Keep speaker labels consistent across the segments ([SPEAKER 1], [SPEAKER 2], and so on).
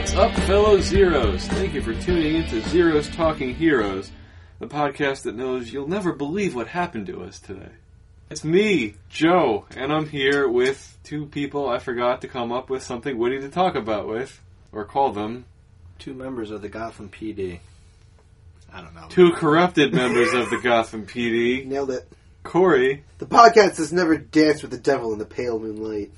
[SPEAKER 1] fellow Zeros. Thank you for tuning in to Zeros Talking Heroes, the podcast that knows you'll never believe what happened to us today. It's me, Joe, and I'm here with two people I forgot to come up with something witty to talk about with, or call them
[SPEAKER 2] Two members of the Gotham PD. I don't know.
[SPEAKER 1] two corrupted members of the Gotham PD,
[SPEAKER 3] Nailed it.
[SPEAKER 1] Corey,
[SPEAKER 3] The podcast has never danced with the devil in the pale moonlight.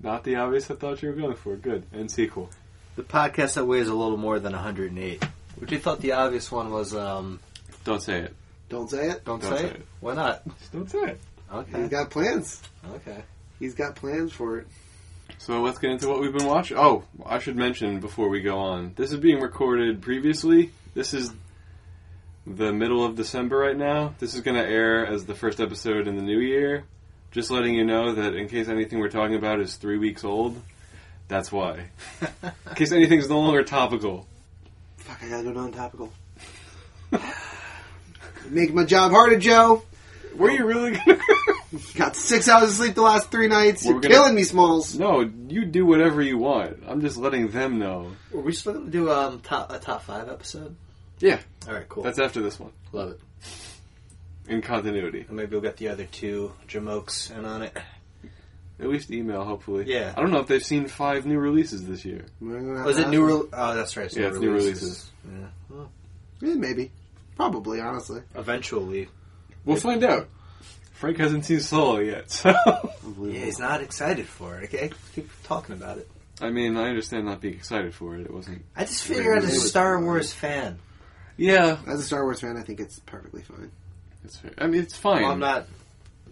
[SPEAKER 1] not the obvious I thought you were going for, good, and sequel.
[SPEAKER 2] The podcast that weighs a little more than 108. Which you thought the obvious one was, um,
[SPEAKER 1] Don't say it.
[SPEAKER 3] Don't say it.
[SPEAKER 2] don't,
[SPEAKER 1] Don't
[SPEAKER 2] say,
[SPEAKER 1] say
[SPEAKER 2] it.
[SPEAKER 1] it.
[SPEAKER 2] Why not?
[SPEAKER 1] Just don't say it.
[SPEAKER 3] He's
[SPEAKER 2] Okay.
[SPEAKER 3] got plans.
[SPEAKER 2] Okay.
[SPEAKER 3] He's got plans for it.
[SPEAKER 1] So let's get into what we've been watching. Oh, I should mention before we go on, this is being recorded previously. This is the middle of December right now. This is going to air as the first episode in the new year. Just letting you know that in case anything we're talking about is three weeks old, that's why. In case anything's no longer topical.
[SPEAKER 3] Fuck, I gotta go non-topical. Make my job harder, Joe.
[SPEAKER 1] Were you really going to?
[SPEAKER 3] Got six hours of sleep the last three nights.
[SPEAKER 1] We're
[SPEAKER 3] You're
[SPEAKER 1] gonna-
[SPEAKER 3] killing me, Smalls.
[SPEAKER 1] no, you do whatever you want. I'm just letting them know.
[SPEAKER 2] Were we still going to do um, top, a top five episode?
[SPEAKER 1] Yeah,
[SPEAKER 2] All right, cool.
[SPEAKER 1] that's after this one.
[SPEAKER 2] Love it.
[SPEAKER 1] In continuity.
[SPEAKER 2] And maybe we'll get the other two Jamokes in on it.
[SPEAKER 1] At least email, hopefully.
[SPEAKER 2] Yeah.
[SPEAKER 1] I don't know if they've seen five new releases this year.
[SPEAKER 2] Was it new? Re- oh, that's right.
[SPEAKER 1] Uh, Yeah, it's new
[SPEAKER 2] Yeah. Well,
[SPEAKER 3] Yeah, Eh, maybe. Probably, honestly.
[SPEAKER 2] eventually.
[SPEAKER 1] We'll find out. Frank hasn't seen Solo yet, so.
[SPEAKER 2] Yeah, he's not excited for it. Okay, keep talking about it.
[SPEAKER 1] I mean, I understand not being excited for it. It wasn't.
[SPEAKER 2] I just figure as a Star Wars fan,
[SPEAKER 1] Yeah,
[SPEAKER 3] As a Star Wars fan, I think it's perfectly fine.
[SPEAKER 1] it's fair. I mean, it's fine.
[SPEAKER 2] well, I'm not.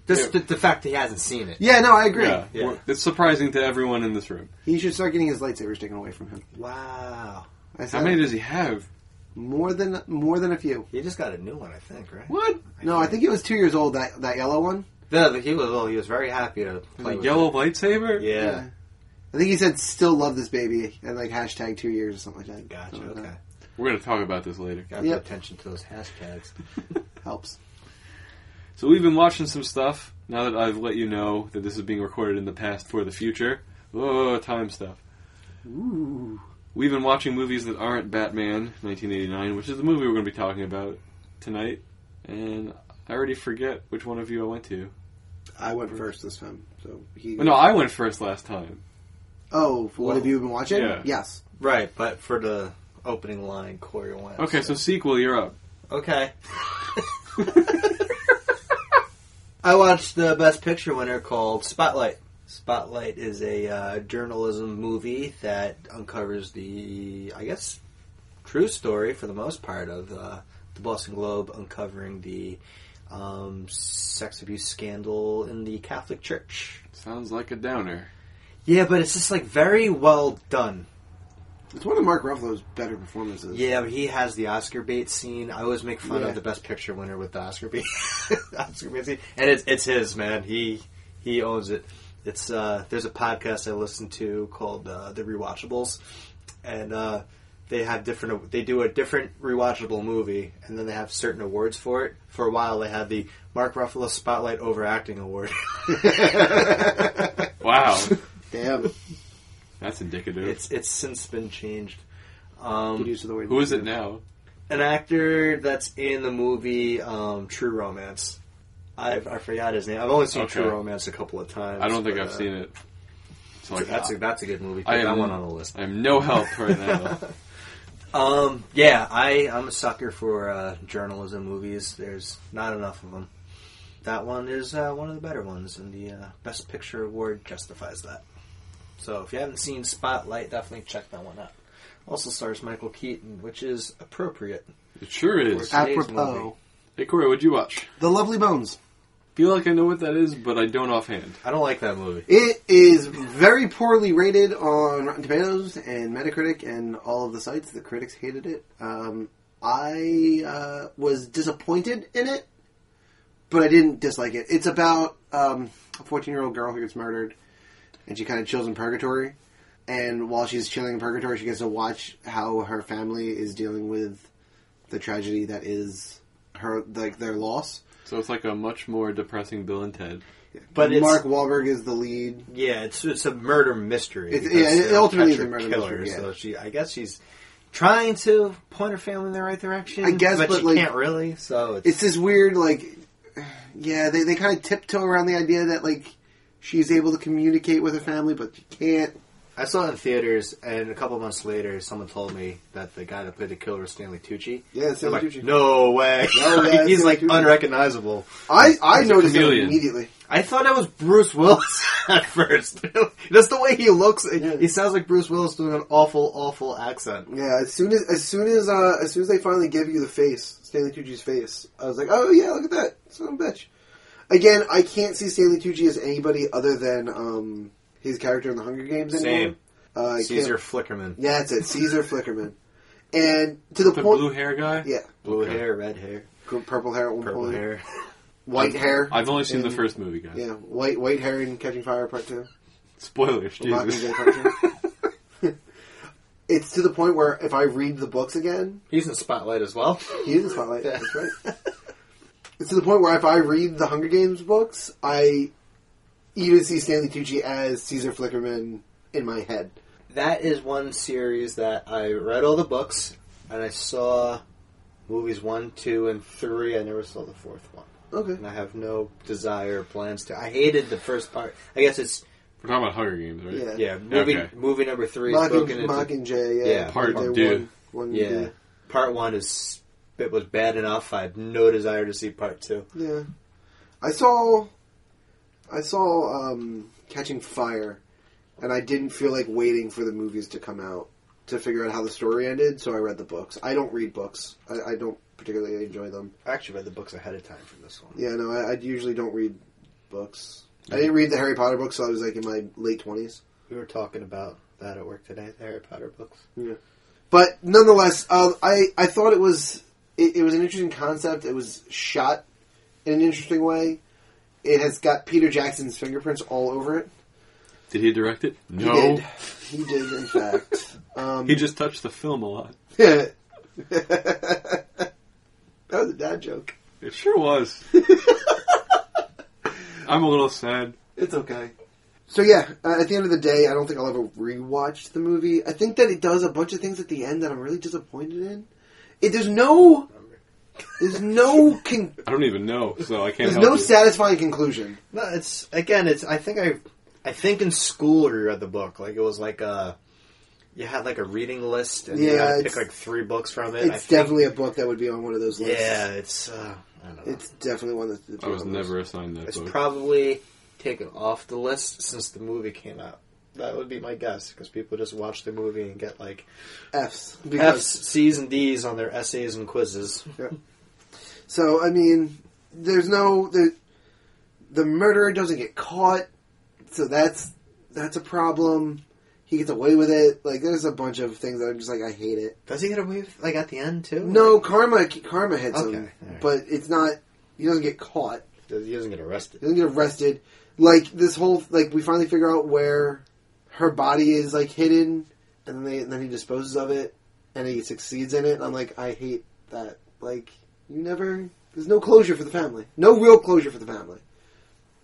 [SPEAKER 2] Just
[SPEAKER 1] Yeah.
[SPEAKER 2] the, the fact that he hasn't seen it.
[SPEAKER 3] Yeah, no, I agree.
[SPEAKER 1] Yeah,
[SPEAKER 2] Yeah.
[SPEAKER 1] we're- it's surprising to everyone in this room.
[SPEAKER 3] He should start getting his lightsabers taken away from him.
[SPEAKER 2] Wow.
[SPEAKER 3] I
[SPEAKER 1] How
[SPEAKER 3] said
[SPEAKER 1] many does he have?
[SPEAKER 3] more than more than a few.
[SPEAKER 2] He just got a new one, I think, right?
[SPEAKER 1] What?
[SPEAKER 3] No, I think it was two years old. That that yellow one.
[SPEAKER 2] Yeah, but he was well, he was very happy to play
[SPEAKER 1] A
[SPEAKER 2] with
[SPEAKER 1] yellow lightsaber?
[SPEAKER 2] It. Yeah.
[SPEAKER 3] I think he said "still love this baby" and like hashtag two years or something like that.
[SPEAKER 2] Gotcha.
[SPEAKER 3] Something like
[SPEAKER 2] Okay.
[SPEAKER 3] that.
[SPEAKER 1] We're going to talk about this later.
[SPEAKER 2] Got to pay
[SPEAKER 3] Yep.
[SPEAKER 2] attention to those hashtags.
[SPEAKER 3] Helps.
[SPEAKER 1] So we've been watching some stuff. Now that I've let you know that this is being recorded in the past for the future, oh, time stuff.
[SPEAKER 3] Ooh.
[SPEAKER 1] We've been watching movies that aren't Batman 1989, which is the movie we're going to be talking about tonight. And I already forget which one of you I went to.
[SPEAKER 3] I went first this time, so he.
[SPEAKER 1] No, I went first last time.
[SPEAKER 3] oh, for what have you been watching?
[SPEAKER 1] Yeah.
[SPEAKER 3] Yes.
[SPEAKER 2] right, but for the opening line, Corey went.
[SPEAKER 1] Okay, so sequel, you're up.
[SPEAKER 2] okay. I watched the best picture winner called Spotlight. Spotlight is a uh, journalism movie that uncovers the, I guess, true story for the most part of uh, the Boston Globe uncovering the um, sex abuse scandal in the Catholic Church.
[SPEAKER 1] Sounds like a downer.
[SPEAKER 2] Yeah, but it's just like very well done.
[SPEAKER 3] It's one of Mark Ruffalo's better performances.
[SPEAKER 2] Yeah, but he has the Oscar bait scene. I always make fun
[SPEAKER 3] Yeah.
[SPEAKER 2] of the best picture winner with the Oscar bait, Oscar bait scene, and it's it's his man. He he owns it. It's uh, there's a podcast I listen to called uh, The Rewatchables, and uh, they have different. They do a different rewatchable movie, and then they have certain awards for it. For a while, they had the Mark Ruffalo Spotlight Overacting Award.
[SPEAKER 1] Wow,
[SPEAKER 3] Damn.
[SPEAKER 1] that's indicative.
[SPEAKER 2] it's it's since been changed. Um,
[SPEAKER 3] Good use of the word.
[SPEAKER 1] Who is it now?
[SPEAKER 2] an actor that's in the movie um, True Romance. I, I forgot his name. I've only seen
[SPEAKER 1] Okay.
[SPEAKER 2] True Romance a couple of times.
[SPEAKER 1] I don't think
[SPEAKER 2] but,
[SPEAKER 1] I've
[SPEAKER 2] uh,
[SPEAKER 1] seen it. So I,
[SPEAKER 2] That's a that's a good movie.
[SPEAKER 1] I
[SPEAKER 2] Put that
[SPEAKER 1] am-
[SPEAKER 2] one on the list.
[SPEAKER 1] I am no help right now.
[SPEAKER 2] Um, yeah, I I'm a sucker for uh, journalism movies. There's not enough of them. That one is uh, one of the better ones, and the uh, Best Picture award justifies that. So if you haven't seen Spotlight, definitely check that one out. Also stars Michael Keaton, which is appropriate.
[SPEAKER 1] it sure is.
[SPEAKER 2] Today's movie.
[SPEAKER 3] Apropos,
[SPEAKER 1] Hey Corey, what'd you watch?
[SPEAKER 3] The Lovely Bones.
[SPEAKER 1] Feel like I know what that is, but I don't offhand.
[SPEAKER 2] I don't like that movie.
[SPEAKER 3] It is very poorly rated on Rotten Tomatoes and Metacritic and all of the sites. The critics hated it. Um, I uh, was disappointed in it, but I didn't dislike it. It's about um, a 14 year old girl who gets murdered, and she kind of chills in purgatory. And while she's chilling in purgatory, she gets to watch how her family is dealing with the tragedy that is her like their loss.
[SPEAKER 1] So it's like a much more depressing Bill and Ted.
[SPEAKER 2] But it's-
[SPEAKER 3] Mark Wahlberg is the lead.
[SPEAKER 2] Yeah, it's it's a murder mystery.
[SPEAKER 3] It's-
[SPEAKER 2] because
[SPEAKER 3] yeah, it
[SPEAKER 2] they'll
[SPEAKER 3] ultimately
[SPEAKER 2] catch
[SPEAKER 3] is a
[SPEAKER 2] her
[SPEAKER 3] murder
[SPEAKER 2] killer,
[SPEAKER 3] mystery, yeah.
[SPEAKER 2] So she, I guess she's trying to point her family in the right direction.
[SPEAKER 3] I guess,
[SPEAKER 2] but,
[SPEAKER 3] but,
[SPEAKER 2] she
[SPEAKER 3] like,
[SPEAKER 2] can't really. So it's,
[SPEAKER 3] It's this weird, like, yeah, they, they kind of tiptoe around the idea that like she's able to communicate with her family, but she can't.
[SPEAKER 2] I saw it in theaters, and a couple months later, someone told me that the guy that played the killer was Stanley Tucci.
[SPEAKER 3] Yeah, Stanley
[SPEAKER 2] I'm like,
[SPEAKER 3] Tucci.
[SPEAKER 2] No way.
[SPEAKER 3] No way,
[SPEAKER 2] He's
[SPEAKER 3] Stanley
[SPEAKER 2] like
[SPEAKER 3] Tucci.
[SPEAKER 2] unrecognizable.
[SPEAKER 3] I I
[SPEAKER 1] He's a
[SPEAKER 3] noticed it
[SPEAKER 1] chameleon.
[SPEAKER 3] immediately.
[SPEAKER 2] I thought it was Bruce Willis at first. That's the way he looks.
[SPEAKER 3] Yeah.
[SPEAKER 2] He sounds like Bruce Willis doing an awful, awful accent.
[SPEAKER 3] Yeah, as soon as as soon as uh, as soon as they finally give you the face, Stanley Tucci's face, I was like, oh yeah, look at that son of a bitch. Again, I can't see Stanley Tucci as anybody other than um, his character in the Hunger Games. Anymore.
[SPEAKER 2] Same.
[SPEAKER 3] Uh, I can't-
[SPEAKER 2] Caesar Flickerman.
[SPEAKER 3] Yeah, that's it, Caesar Flickerman. And to the,
[SPEAKER 1] The
[SPEAKER 3] point,
[SPEAKER 1] blue hair guy.
[SPEAKER 3] yeah,
[SPEAKER 2] Blue
[SPEAKER 1] Okay.
[SPEAKER 2] hair, red hair,
[SPEAKER 3] gr- purple hair at one
[SPEAKER 2] purple
[SPEAKER 3] point,
[SPEAKER 2] hair.
[SPEAKER 3] white hair.
[SPEAKER 1] I've only seen the
[SPEAKER 3] And-
[SPEAKER 1] first movie, guys.
[SPEAKER 3] Yeah, white white hair in Catching Fire Part Two.
[SPEAKER 1] Spoilers,
[SPEAKER 3] Not
[SPEAKER 1] Jesus.
[SPEAKER 3] in Part Two. it's to the point where if I read the books again,
[SPEAKER 2] He's in Spotlight as well.
[SPEAKER 3] He is a spotlight. That's right. It's to the point where if I read the Hunger Games books, I even see Stanley Tucci as Caesar Flickerman in my head.
[SPEAKER 2] That is one series that I read all the books and I saw movies one, two, and three. I never saw the fourth one,
[SPEAKER 3] Okay.
[SPEAKER 2] and I have no desire or plans to. I hated the first part. I guess it's
[SPEAKER 1] We're talking about Hunger Games, right?
[SPEAKER 3] Yeah.
[SPEAKER 2] yeah, movie
[SPEAKER 1] Okay.
[SPEAKER 2] movie number three is
[SPEAKER 3] Mock
[SPEAKER 2] broken
[SPEAKER 3] and,
[SPEAKER 2] into
[SPEAKER 3] Mock and Jay, yeah.
[SPEAKER 2] Yeah,
[SPEAKER 1] part
[SPEAKER 3] Day
[SPEAKER 1] two.
[SPEAKER 3] One, one and
[SPEAKER 2] yeah.
[SPEAKER 3] two.
[SPEAKER 2] Part one is it was bad enough. I have no desire to see part two.
[SPEAKER 3] Yeah. I saw I saw um, Catching Fire and I didn't feel like waiting for the movies to come out to figure out how the story ended, so I read the books. I don't read books. I, I don't particularly enjoy them.
[SPEAKER 2] I actually read the books ahead of time for this one.
[SPEAKER 3] Yeah, no, I, I usually don't read books. I didn't read the Harry Potter books, so I was like in my late twenties.
[SPEAKER 2] We were talking about that at work today. The Harry Potter books.
[SPEAKER 3] But nonetheless, uh, I I thought it was it, it was an interesting concept. It was shot in an interesting way. It has got Peter Jackson's fingerprints all over it.
[SPEAKER 1] Did he direct it?
[SPEAKER 3] He
[SPEAKER 1] No.
[SPEAKER 3] did. He did, in fact. Um,
[SPEAKER 1] He just touched the film a lot.
[SPEAKER 3] that was a dad joke.
[SPEAKER 1] It sure was. I'm a little sad.
[SPEAKER 3] It's okay. So yeah, uh, at the end of the day, I don't think I'll ever rewatch the movie. I think that it does a bunch of things at the end that I'm really disappointed in. It, there's no, there's no, con-
[SPEAKER 1] I don't even know, so I can't
[SPEAKER 3] there's
[SPEAKER 1] help
[SPEAKER 3] no
[SPEAKER 1] you.
[SPEAKER 3] satisfying conclusion.
[SPEAKER 2] No, it's again. It's I think I, I think in school we read the book. Like it was like a, you had like a reading list and you
[SPEAKER 3] Yeah,
[SPEAKER 2] had to pick
[SPEAKER 3] it's-
[SPEAKER 2] like three books from it. I
[SPEAKER 3] It's
[SPEAKER 2] think-
[SPEAKER 3] definitely a book that would be on one of those lists.
[SPEAKER 2] yeah. It's uh, I don't know.
[SPEAKER 3] it's definitely one that
[SPEAKER 1] I was never assigned that
[SPEAKER 2] It's
[SPEAKER 1] book.
[SPEAKER 2] probably taken off the list since the movie came out. That would be my guess because people just watch the movie and get like F's,
[SPEAKER 3] F's because
[SPEAKER 2] C's, and D's on their essays and quizzes.
[SPEAKER 3] so I mean, there's no the the murderer doesn't get caught, so that's that's a problem. He gets away with it. Like there's a bunch of things that I'm just like I hate it.
[SPEAKER 2] Does he get away with like at the end too?
[SPEAKER 3] No, karma. Karma hits
[SPEAKER 2] Okay,
[SPEAKER 3] him,
[SPEAKER 2] all right.
[SPEAKER 3] but it's not. He doesn't get caught.
[SPEAKER 2] he doesn't get
[SPEAKER 3] He
[SPEAKER 2] arrested.
[SPEAKER 3] doesn't get arrested. Like this whole like we finally figure out where her body is like hidden, and then they and then he disposes of it, and he succeeds in it. And I'm like, I hate that. Like you never. There's no closure for the family. No real closure for the family.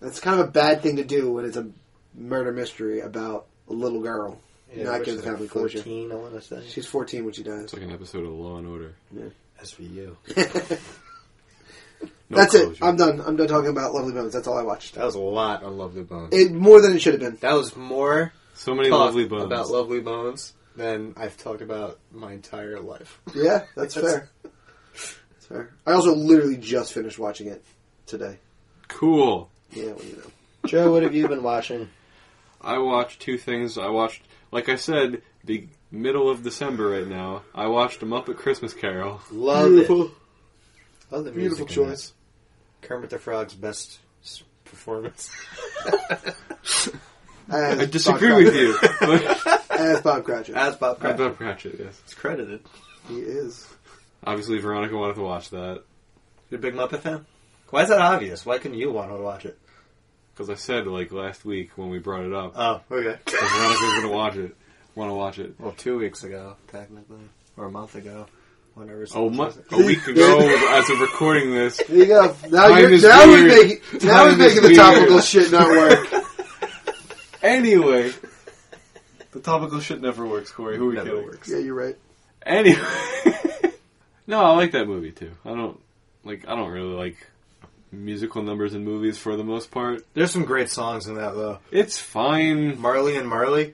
[SPEAKER 3] That's kind of a bad thing to do when it's a murder mystery about a little girl. Not
[SPEAKER 2] which
[SPEAKER 3] give
[SPEAKER 2] is,
[SPEAKER 3] the family
[SPEAKER 2] like,
[SPEAKER 3] closure.
[SPEAKER 2] Fourteen, I want to say.
[SPEAKER 3] She's 14 when she dies.
[SPEAKER 1] It's like an episode of Law and Order.
[SPEAKER 2] As for you.
[SPEAKER 1] No
[SPEAKER 3] That's it.
[SPEAKER 1] closure.
[SPEAKER 3] I'm done. I'm done talking about Lovely Bones. That's all I watched.
[SPEAKER 2] That was a lot on Lovely Bones.
[SPEAKER 3] It more than it should have been.
[SPEAKER 2] that was more
[SPEAKER 1] so many
[SPEAKER 2] talk
[SPEAKER 1] lovely bones.
[SPEAKER 2] about Lovely Bones than I've talked about my entire life.
[SPEAKER 3] Yeah, that's fair. That's fair. I also literally just finished watching it today.
[SPEAKER 1] cool.
[SPEAKER 3] Yeah, well, you know.
[SPEAKER 2] Joe, what have you been watching?
[SPEAKER 1] I watched two things. I watched, like I said, the middle of December right now. I watched Muppet Christmas Carol.
[SPEAKER 2] Love it. Love the music in
[SPEAKER 3] Beautiful
[SPEAKER 2] that.
[SPEAKER 3] choice.
[SPEAKER 2] Kermit the Frog's best s- performance.
[SPEAKER 3] As
[SPEAKER 1] I disagree
[SPEAKER 3] Bob
[SPEAKER 1] with you. but-
[SPEAKER 3] Cratchit. As Bob Cratchit.
[SPEAKER 2] As Bob
[SPEAKER 1] I
[SPEAKER 2] Cratchit.
[SPEAKER 1] thought Pratchett, yes.
[SPEAKER 2] It's credited.
[SPEAKER 3] he is.
[SPEAKER 1] Obviously, Veronica wanted to watch that
[SPEAKER 2] You're a big Muppet fan? Why is that obvious? Why couldn't you want to watch it?
[SPEAKER 1] because I said like last week when we brought it up,
[SPEAKER 3] Uh.
[SPEAKER 2] Oh, okay.
[SPEAKER 1] that Veronica was going to watch it. Want to watch it?
[SPEAKER 2] well, two weeks ago, technically. Or a month ago. when I was
[SPEAKER 1] Oh, mu- a week ago, as of recording this,
[SPEAKER 4] There you go. Now
[SPEAKER 1] Time
[SPEAKER 4] you're
[SPEAKER 1] is
[SPEAKER 4] now we're
[SPEAKER 1] weird.
[SPEAKER 4] making now
[SPEAKER 1] Time
[SPEAKER 4] we're
[SPEAKER 1] is
[SPEAKER 4] making the
[SPEAKER 1] weird.
[SPEAKER 4] topical shit not work.
[SPEAKER 1] Anyway, the topical shit never works, Corey. Who are we
[SPEAKER 2] Never
[SPEAKER 1] kidding?
[SPEAKER 2] works.
[SPEAKER 4] yeah, you're right.
[SPEAKER 1] Anyway, no, I like that movie too. I don't like. I don't really like musical numbers in movies for the most part.
[SPEAKER 2] There's some great songs in that though.
[SPEAKER 1] It's fine.
[SPEAKER 2] Marley and Marley,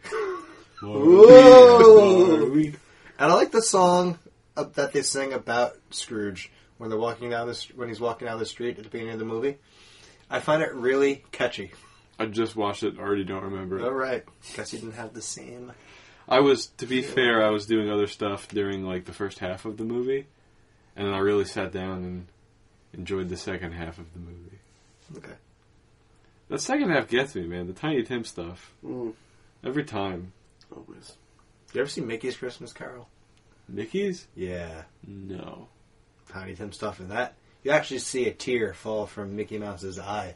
[SPEAKER 4] Whoa.
[SPEAKER 2] and I like the song uh, that they sing about Scrooge when they're walking down the st- when he's walking down the street at the beginning of the movie. I find it really catchy.
[SPEAKER 1] I just watched it. Already don't remember. it.
[SPEAKER 2] All right, guess you didn't have the same.
[SPEAKER 1] I was, to be fair, I was doing other stuff during like the first half of the movie, and then I really sat down and enjoyed the second half of the movie.
[SPEAKER 2] Okay.
[SPEAKER 1] The second half gets me, man. The Tiny Tim stuff
[SPEAKER 4] Mm,
[SPEAKER 1] every time.
[SPEAKER 4] always.
[SPEAKER 2] You ever see Mickey's Christmas Carol?
[SPEAKER 1] Mickey's?
[SPEAKER 2] Yeah,
[SPEAKER 1] No.
[SPEAKER 2] Tiny Tim stuff in that. You actually see a tear fall from Mickey Mouse's eye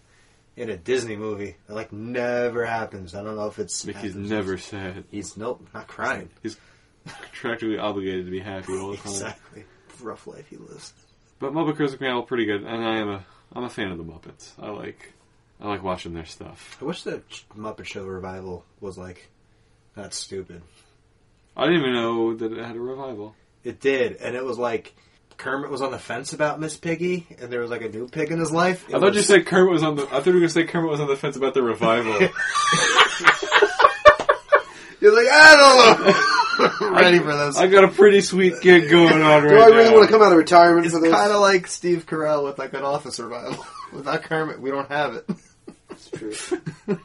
[SPEAKER 2] in a Disney movie. That like never happens. I don't know if it's
[SPEAKER 1] Mickey's never sad.
[SPEAKER 2] He's nope, not crying.
[SPEAKER 1] Contractually obligated to be happy all the time.
[SPEAKER 2] Exactly. Rough life he lives.
[SPEAKER 1] But Muppet Christmas Carol pretty good, and I am a I'm a fan of the Muppets. I like I like watching their stuff.
[SPEAKER 2] I wish the Ch- Muppet Show revival was like not stupid.
[SPEAKER 1] I didn't even know that it had a revival.
[SPEAKER 2] It did, and it was like Kermit was on the fence about Miss Piggy, and there was like a new pig in his life. It
[SPEAKER 1] I thought you
[SPEAKER 2] was-
[SPEAKER 1] said Kermit was on the. I thought you were gonna say Kermit was on the fence about the revival.
[SPEAKER 2] you're like I don't know. Ready for this?
[SPEAKER 1] I got a pretty sweet gig going on right
[SPEAKER 4] Do I really
[SPEAKER 1] now.
[SPEAKER 4] want to come out of retirement for this?
[SPEAKER 2] kind of like Steve Carell with like an office revival. Without Kermit, we don't have it.
[SPEAKER 4] It's true.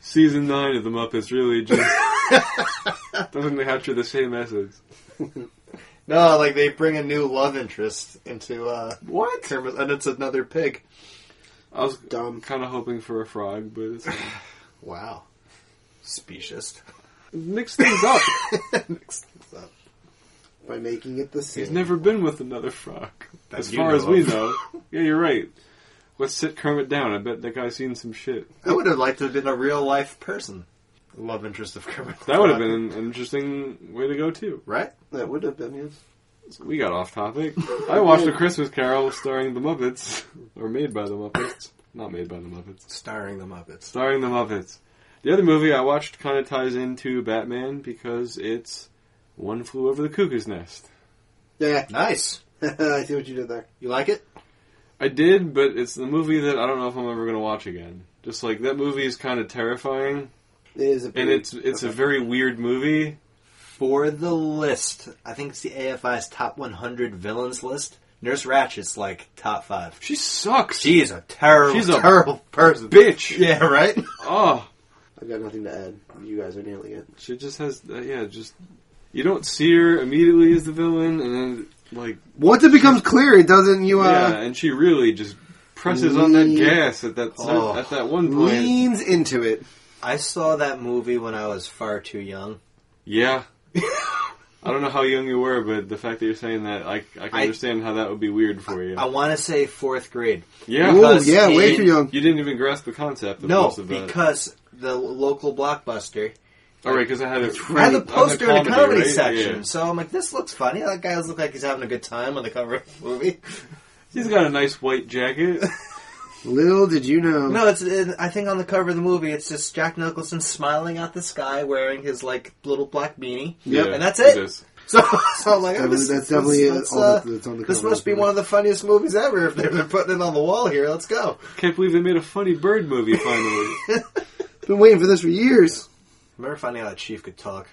[SPEAKER 1] Season nine of the Muppets really just doesn't capture the same message.
[SPEAKER 2] No, like they bring a new love interest into uh,
[SPEAKER 1] What?
[SPEAKER 2] Kermit, and it's another pig.
[SPEAKER 1] I was
[SPEAKER 4] Dumb.
[SPEAKER 1] kind of hoping for a frog, but it's
[SPEAKER 2] Wow, specious.
[SPEAKER 1] mixed things up.
[SPEAKER 2] Mixed things up.
[SPEAKER 4] By making it the same.
[SPEAKER 1] He's never been with another frog,
[SPEAKER 2] That
[SPEAKER 1] as
[SPEAKER 2] you
[SPEAKER 1] far
[SPEAKER 2] know
[SPEAKER 1] as we
[SPEAKER 2] of.
[SPEAKER 1] know. Yeah, you're right. Let's sit Kermit down. I bet that guy's seen some shit.
[SPEAKER 2] I would have liked to have been a real life person. Love interest of Kermit.
[SPEAKER 1] That would have been an interesting way to go too.
[SPEAKER 2] right.
[SPEAKER 4] That would have been yes.
[SPEAKER 1] We got off topic. I watched a Christmas Carol starring the Muppets, or made by the Muppets, not made by the Muppets.
[SPEAKER 2] Starring the Muppets.
[SPEAKER 1] starring the Muppets. The other movie I watched kind of ties into Batman because it's One Flew Over the Cuckoo's Nest.
[SPEAKER 4] Yeah,
[SPEAKER 2] Nice.
[SPEAKER 4] I see what you did there.
[SPEAKER 2] You like it?
[SPEAKER 1] I did, but it's the movie that I don't know if I'm ever going to watch again. Just like that movie is kind of terrifying,
[SPEAKER 4] It is a
[SPEAKER 1] and it's it's a very weird movie.
[SPEAKER 2] For the list, I think it's the AFI's top 100 villains list. Nurse Ratchet's like top five.
[SPEAKER 1] She sucks.
[SPEAKER 2] She is a terrible,
[SPEAKER 1] She's a
[SPEAKER 2] terrible person.
[SPEAKER 1] bitch.
[SPEAKER 2] Yeah, right.
[SPEAKER 1] Oh,
[SPEAKER 4] I've got nothing to add. You guys are nailing it.
[SPEAKER 1] she just has uh, yeah. Just you don't see her immediately as the villain, and then like
[SPEAKER 4] Once it becomes clear, it doesn't you
[SPEAKER 1] yeah,
[SPEAKER 4] uh
[SPEAKER 1] and she really just presses on that
[SPEAKER 4] Lean-
[SPEAKER 1] gas at that
[SPEAKER 2] Oh.
[SPEAKER 1] at that one point.
[SPEAKER 4] leans into it.
[SPEAKER 2] I saw that movie when I was far too young.
[SPEAKER 1] Yeah. I don't know how young you were, but the fact that you're saying that, I, I can
[SPEAKER 2] I-
[SPEAKER 1] understand how that would be weird for you.
[SPEAKER 2] I want to say fourth grade.
[SPEAKER 1] yeah.
[SPEAKER 4] Ooh,
[SPEAKER 2] Because
[SPEAKER 4] yeah, way
[SPEAKER 2] it-
[SPEAKER 4] too young.
[SPEAKER 1] You didn't even grasp the concept of
[SPEAKER 2] um, No,
[SPEAKER 1] most of that.
[SPEAKER 2] because the local blockbuster
[SPEAKER 1] All right, because I had a
[SPEAKER 2] I had the poster in the comedy
[SPEAKER 1] right?
[SPEAKER 2] section,
[SPEAKER 1] Yeah.
[SPEAKER 2] so I'm like, this looks funny. That guy looks like he's having a good time on the cover of the movie.
[SPEAKER 1] He's got a nice white jacket.
[SPEAKER 4] Little did you know.
[SPEAKER 2] No, it's. It, I think on the cover of the movie, it's just Jack Nicholson smiling at the sky, wearing his like little black beanie.
[SPEAKER 4] Yep.
[SPEAKER 1] Yeah,
[SPEAKER 2] And that's it.
[SPEAKER 1] is.
[SPEAKER 2] So, so I'm like, oh,
[SPEAKER 4] Definitely-
[SPEAKER 2] this,
[SPEAKER 4] that's definitely
[SPEAKER 2] this,
[SPEAKER 4] all
[SPEAKER 2] uh,
[SPEAKER 4] that's on the
[SPEAKER 2] this
[SPEAKER 4] cover
[SPEAKER 2] must
[SPEAKER 4] of
[SPEAKER 2] be
[SPEAKER 4] the
[SPEAKER 2] one of the funniest movies ever. If they're, they're putting it on the wall here, let's go.
[SPEAKER 1] Can't believe they made a funny bird movie finally.
[SPEAKER 4] Been waiting for this for years.
[SPEAKER 2] Remember finding out Chief could talk.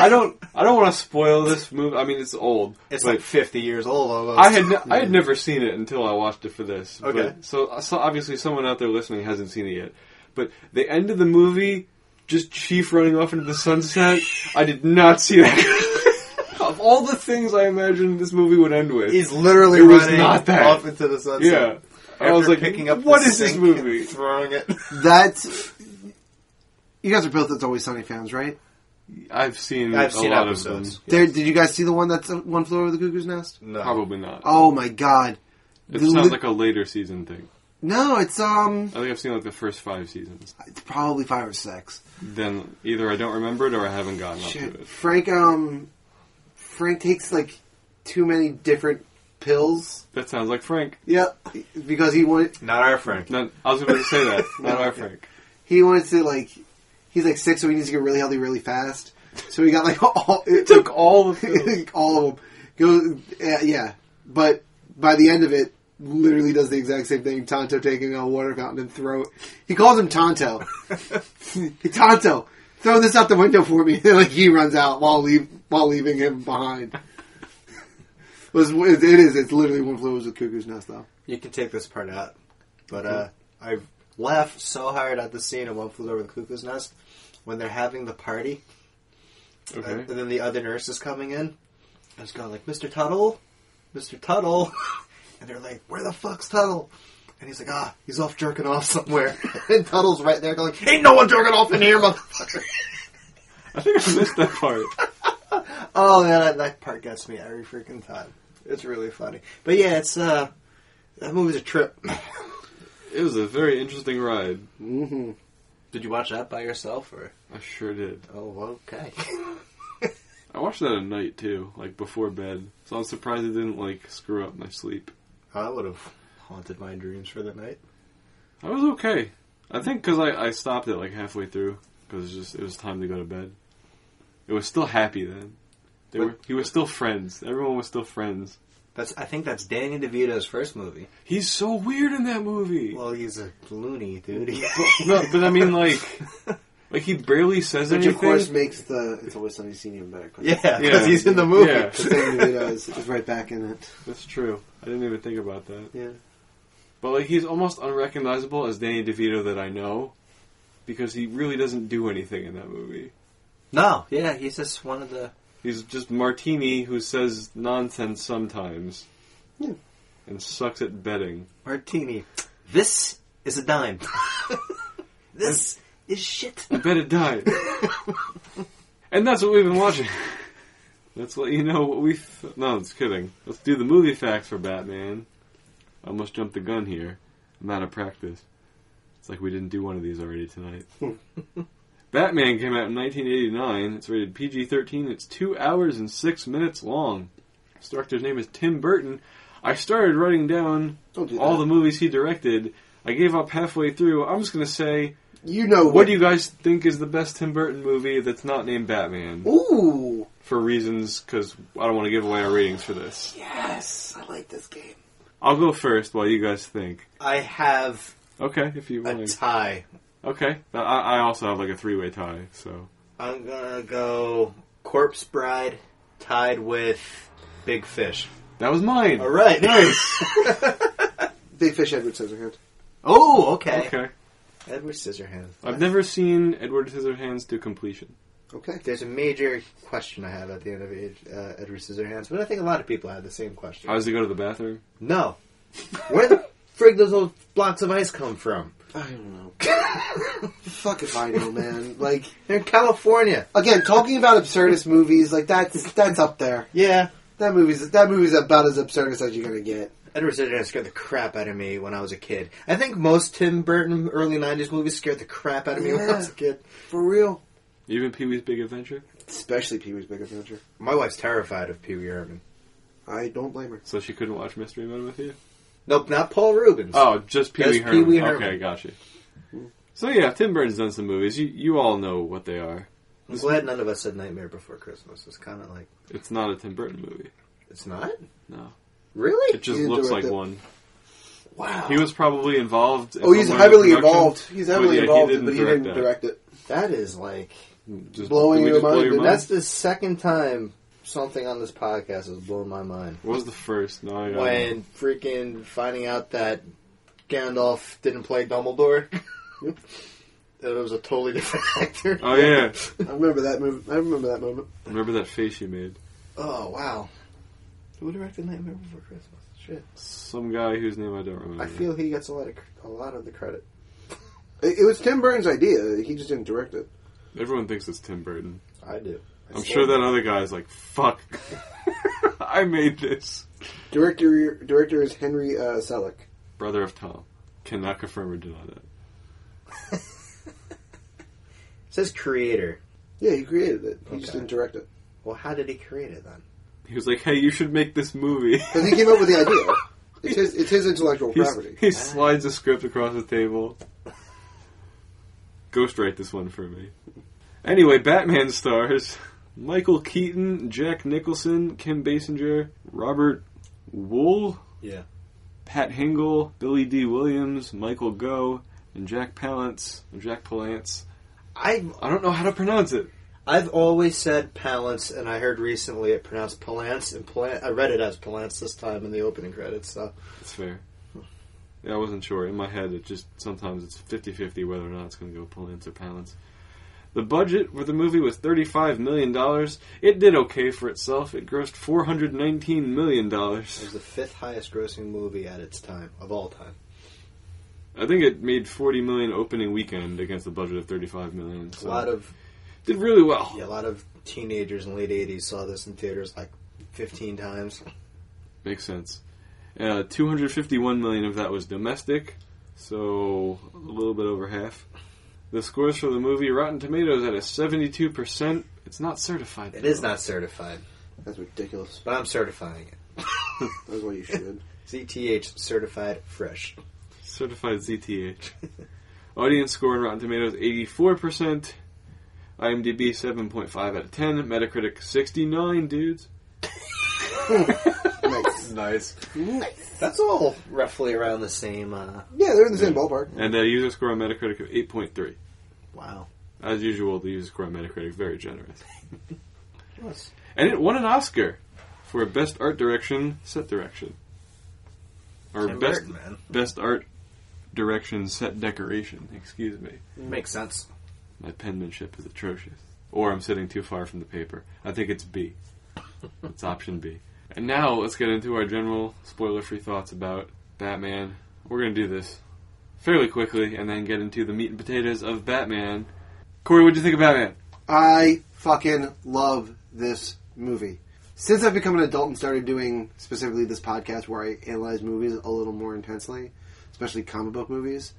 [SPEAKER 1] I don't. I don't want to spoil this movie. I mean, it's old.
[SPEAKER 2] It's
[SPEAKER 1] but
[SPEAKER 2] like 50 years old almost.
[SPEAKER 1] I had n- I had never seen it until I watched it for this.
[SPEAKER 2] Okay.
[SPEAKER 1] But, so, so obviously someone out there listening hasn't seen it yet. But the end of the movie, just Chief running off into the sunset. I did not see that. of all the things I imagined this movie would end with,
[SPEAKER 2] He's literally
[SPEAKER 1] It was
[SPEAKER 2] running
[SPEAKER 1] not that.
[SPEAKER 2] off into the sunset.
[SPEAKER 1] yeah. I
[SPEAKER 2] After
[SPEAKER 1] was like,
[SPEAKER 2] picking up
[SPEAKER 1] what
[SPEAKER 2] the
[SPEAKER 1] is this
[SPEAKER 2] sink and
[SPEAKER 1] movie?
[SPEAKER 2] throwing it.
[SPEAKER 4] That's you guys are both that's always sunny fans, right?
[SPEAKER 1] I've seen
[SPEAKER 2] I've
[SPEAKER 1] a
[SPEAKER 2] seen
[SPEAKER 1] lot
[SPEAKER 2] episodes.
[SPEAKER 1] of them.
[SPEAKER 4] There, did you guys see the one that's uh, one floor over the cuckoo's nest?
[SPEAKER 2] No.
[SPEAKER 1] Probably not.
[SPEAKER 4] Oh my god!
[SPEAKER 1] it
[SPEAKER 4] the-
[SPEAKER 1] sounds like a later season thing.
[SPEAKER 4] No, it's um,
[SPEAKER 1] I think I've seen like the first five seasons.
[SPEAKER 4] it's probably five or six.
[SPEAKER 1] Then either I don't remember it or I haven't gotten up to
[SPEAKER 4] Shit,
[SPEAKER 1] it.
[SPEAKER 4] Frank um,
[SPEAKER 3] Frank takes like too many different pills.
[SPEAKER 1] That sounds like Frank.
[SPEAKER 3] Yeah, because he wanted
[SPEAKER 2] Not our Frank.
[SPEAKER 1] Not, I was going to say that. Not our Frank.
[SPEAKER 3] he wanted to like he's like sick, so he needs to get really healthy really fast. So he got like all it
[SPEAKER 1] Took all the pills.
[SPEAKER 3] like, all of them. Go, yeah, yeah, but by the end of it, literally does the exact same thing. Tonto taking a water fountain and throw it. He calls him Tonto. hey, Tonto, throw this out the window for me. And, like he runs out while leave while leaving him behind. It was- it is. It's literally one flew over the cuckoo's nest, though.
[SPEAKER 2] You can take this part out. But uh, I laughed so hard at the scene of One Flew Over the Cuckoo's Nest when they're having the party,
[SPEAKER 1] Okay.
[SPEAKER 2] and then the other nurse is coming in. I was going like, Mr. Tuttle, Mr. Tuttle, and they're like, Where the fuck's Tuttle? And he's like, Ah, he's off jerking off somewhere. and Tuttle's right there going, Ain't no one jerking off in here, motherfucker.
[SPEAKER 1] I think I missed that part.
[SPEAKER 2] Oh man, that, that part gets me every freaking time. It's really funny. But yeah, it's uh, that movie's a trip.
[SPEAKER 1] It was a very interesting ride.
[SPEAKER 3] hmm
[SPEAKER 2] Did you watch that by yourself or?
[SPEAKER 1] I sure did.
[SPEAKER 2] Oh, okay.
[SPEAKER 1] I watched that at night too, like before bed. So I'm surprised it didn't like screw up my sleep.
[SPEAKER 2] I would have haunted my dreams for the night.
[SPEAKER 1] I was okay. I think because I, I stopped it like halfway through because just it was time to go to bed. It was still happy then. They were he was still friends. Everyone was still friends.
[SPEAKER 2] That's I think that's Danny DeVito's first movie.
[SPEAKER 1] He's so weird in that movie.
[SPEAKER 2] Well, he's a loony dude.
[SPEAKER 1] no, but I mean like like he barely says
[SPEAKER 3] Which
[SPEAKER 1] anything.
[SPEAKER 3] of course makes the it's always sunny scene even better. 'cause
[SPEAKER 2] yeah, because
[SPEAKER 1] Yeah.
[SPEAKER 2] he's in the movie.
[SPEAKER 1] Yeah.
[SPEAKER 3] The thing that he does is right back in it.
[SPEAKER 1] That's true. I didn't even think about that.
[SPEAKER 3] Yeah.
[SPEAKER 1] But like he's almost unrecognizable as Danny DeVito that I know because he really doesn't do anything in that movie.
[SPEAKER 2] No, yeah, he's just one of the.
[SPEAKER 1] He's just Martini who says nonsense sometimes.
[SPEAKER 3] Yeah.
[SPEAKER 1] And sucks at betting.
[SPEAKER 2] Martini. This is a dime. this is shit.
[SPEAKER 1] I bet it died. and that's what we've been watching. Let's let you know what we. F- no, it's kidding. Let's do the movie facts for Batman. I almost jumped the gun here. I'm out of practice. It's like we didn't do one of these already tonight. Batman came out in 1989. It's rated PG 13. It's two hours and six minutes long. This director's name is Tim Burton. I started writing down
[SPEAKER 3] Don't do
[SPEAKER 1] all the
[SPEAKER 3] that.
[SPEAKER 1] movies he directed. I gave up halfway through. I'm just going to say
[SPEAKER 3] you know
[SPEAKER 1] what do you guys think is the best Tim Burton movie that's not named Batman?
[SPEAKER 3] Ooh.
[SPEAKER 1] For reasons, because I don't want to give away our ratings for this.
[SPEAKER 3] Yes, I like this game.
[SPEAKER 1] I'll go first while you guys think.
[SPEAKER 2] I have
[SPEAKER 1] Okay, if you
[SPEAKER 2] a
[SPEAKER 1] want. to.
[SPEAKER 2] tie.
[SPEAKER 1] okay, I, I also have like a three-way tie. So
[SPEAKER 2] I'm gonna go Corpse Bride tied with Big Fish.
[SPEAKER 1] that was mine.
[SPEAKER 2] All right, nice.
[SPEAKER 3] Big Fish Edward Scissorhands.
[SPEAKER 2] oh, okay.
[SPEAKER 1] Okay,
[SPEAKER 2] Edward Scissorhands.
[SPEAKER 1] I've never seen Edward Scissorhands to completion.
[SPEAKER 3] Okay.
[SPEAKER 2] There's a major question I have at the end of Ed- uh, Edward Scissorhands, but I think a lot of people had the same question.
[SPEAKER 1] I was to go to the bathroom.
[SPEAKER 2] no, where the frig those old blocks of ice come from?
[SPEAKER 3] I don't know. Fuck if I know, man. Like
[SPEAKER 2] They're in California.
[SPEAKER 3] again, talking about absurdist movies, like that's that's up there.
[SPEAKER 2] Yeah,
[SPEAKER 3] That movie's that movie's about as absurdist as you're gonna get.
[SPEAKER 2] Edward Scissorhands scared the crap out of me when I was a kid. I think most Tim Burton early '90s movies scared the crap out of me when I
[SPEAKER 3] Yeah.
[SPEAKER 2] was a kid.
[SPEAKER 3] For real.
[SPEAKER 1] Even Pee Wee's Big Adventure.
[SPEAKER 3] Especially Pee Wee's Big Adventure.
[SPEAKER 2] My wife's terrified of Pee Wee Herman.
[SPEAKER 3] I don't blame her.
[SPEAKER 1] So she couldn't watch Mystery Men with you.
[SPEAKER 2] Nope, not Paul Rubens.
[SPEAKER 1] Oh, just Pee Wee
[SPEAKER 2] Just Pee
[SPEAKER 1] Herman.
[SPEAKER 2] Wee
[SPEAKER 1] Okay,
[SPEAKER 2] Herman.
[SPEAKER 1] gotcha. So yeah, Tim Burton's done some movies. You you all know what they are.
[SPEAKER 2] I'm glad none of us said Nightmare Before Christmas. It's kind of like
[SPEAKER 1] It's not a Tim Burton movie.
[SPEAKER 2] it's not
[SPEAKER 1] No.
[SPEAKER 2] really.
[SPEAKER 1] It just
[SPEAKER 3] He didn't
[SPEAKER 1] looks
[SPEAKER 3] direct
[SPEAKER 1] like
[SPEAKER 3] it.
[SPEAKER 1] one.
[SPEAKER 2] Wow,
[SPEAKER 1] He was probably involved. In
[SPEAKER 3] Oh, he's
[SPEAKER 1] some way in the
[SPEAKER 3] heavily
[SPEAKER 1] production,
[SPEAKER 3] involved. He's
[SPEAKER 1] but
[SPEAKER 3] heavily
[SPEAKER 1] yeah,
[SPEAKER 3] involved, but he didn't
[SPEAKER 1] that.
[SPEAKER 3] direct it.
[SPEAKER 2] that is like
[SPEAKER 1] Just,
[SPEAKER 3] Blowing
[SPEAKER 1] did we
[SPEAKER 3] your
[SPEAKER 1] just blow
[SPEAKER 3] mind, dude.
[SPEAKER 2] That's the second time something on this podcast has blown my mind.
[SPEAKER 1] What was the first? No, I don't know.
[SPEAKER 2] When freaking finding out that Gandalf didn't play Dumbledore, it was a totally different actor.
[SPEAKER 1] Oh yeah,
[SPEAKER 3] I remember that movie. I remember that moment.
[SPEAKER 1] remember that face you made?
[SPEAKER 2] Oh wow. Who directed Nightmare Before Christmas? Shit.
[SPEAKER 1] Some guy whose name I don't remember.
[SPEAKER 2] I feel he gets a lot of cr- a lot of the credit.
[SPEAKER 3] It, it was Tim Burton's idea. He just didn't direct it.
[SPEAKER 1] Everyone thinks it's Tim Burton.
[SPEAKER 2] I do. I
[SPEAKER 1] I'm
[SPEAKER 2] swear.
[SPEAKER 1] sure that other guy's like, "Fuck, I made this."
[SPEAKER 3] Director director is Henry uh, Selick.
[SPEAKER 1] Brother of Tom cannot confirm or deny that.
[SPEAKER 2] It says creator.
[SPEAKER 3] Yeah, he created it. He just
[SPEAKER 2] Okay.
[SPEAKER 3] didn't direct it.
[SPEAKER 2] Well, how did he create it then?
[SPEAKER 1] He was like, "Hey, you should make this movie."
[SPEAKER 3] Because he came up with the idea. It's his, it's his intellectual
[SPEAKER 1] He's-
[SPEAKER 3] property.
[SPEAKER 1] he slides a script across the table. Ghostwrite this one for me. Anyway, Batman stars Michael Keaton, Jack Nicholson, Kim Basinger, Robert Wool,
[SPEAKER 2] Yeah.
[SPEAKER 1] Pat Hingle, Billy D. Williams, Michael Goh, and Jack Palance. Or Jack Palance.
[SPEAKER 2] I've
[SPEAKER 1] I don't know how to pronounce it.
[SPEAKER 2] I've always said Palance, and I heard recently it pronounced Palance, and Palance, I read it as Palance this time in the opening credits. So
[SPEAKER 1] That's fair. Yeah, I wasn't sure. In my head, it just sometimes it's 50 50 whether or not it's going to go Palance or Palance. The budget for the movie was $35 million. It did okay for itself. It grossed $419 million.
[SPEAKER 2] it was the fifth highest grossing movie at its time of all time.
[SPEAKER 1] I think it made $40 million opening weekend against a budget of $35 million. So
[SPEAKER 2] A lot of
[SPEAKER 1] did really well.
[SPEAKER 2] yeah, a lot of teenagers in the late '80s saw this in theaters like 15 times.
[SPEAKER 1] Makes sense. Uh, 251 million of that was domestic, so a little bit over half. The scores for the movie Rotten Tomatoes at a 72%. It's not certified.
[SPEAKER 2] It
[SPEAKER 1] though.
[SPEAKER 2] is not certified,
[SPEAKER 3] That's ridiculous.
[SPEAKER 2] but I'm certifying it.
[SPEAKER 3] That's why you should.
[SPEAKER 2] ZTH certified fresh.
[SPEAKER 1] certified ZTH. Audience score on Rotten Tomatoes 84%. IMDb 7.5 out of 10. Metacritic 69, dudes.
[SPEAKER 3] nice.
[SPEAKER 2] Nice.
[SPEAKER 3] Nice.
[SPEAKER 2] That's all roughly around the same. Uh,
[SPEAKER 3] Yeah, they're in the same ballpark.
[SPEAKER 1] And a user score on Metacritic of 8.3.
[SPEAKER 2] wow.
[SPEAKER 1] As usual, the user score on Metacritic very generous. And it won an Oscar for best art direction, set direction, or
[SPEAKER 2] Tim
[SPEAKER 1] best
[SPEAKER 2] Burton, man.
[SPEAKER 1] best art direction, set decoration. Excuse me,
[SPEAKER 2] Makes sense.
[SPEAKER 1] my penmanship is atrocious, or I'm sitting too far from the paper. I think it's B. it's option B. And now let's get into our general spoiler-free thoughts about Batman. We're gonna do this fairly quickly, and then get into the meat and potatoes of Batman. Corey, what'd you think of Batman?
[SPEAKER 3] I fucking love this movie. Since I've become an adult and started doing specifically this podcast where I analyze movies a little more intensely, especially comic book movies,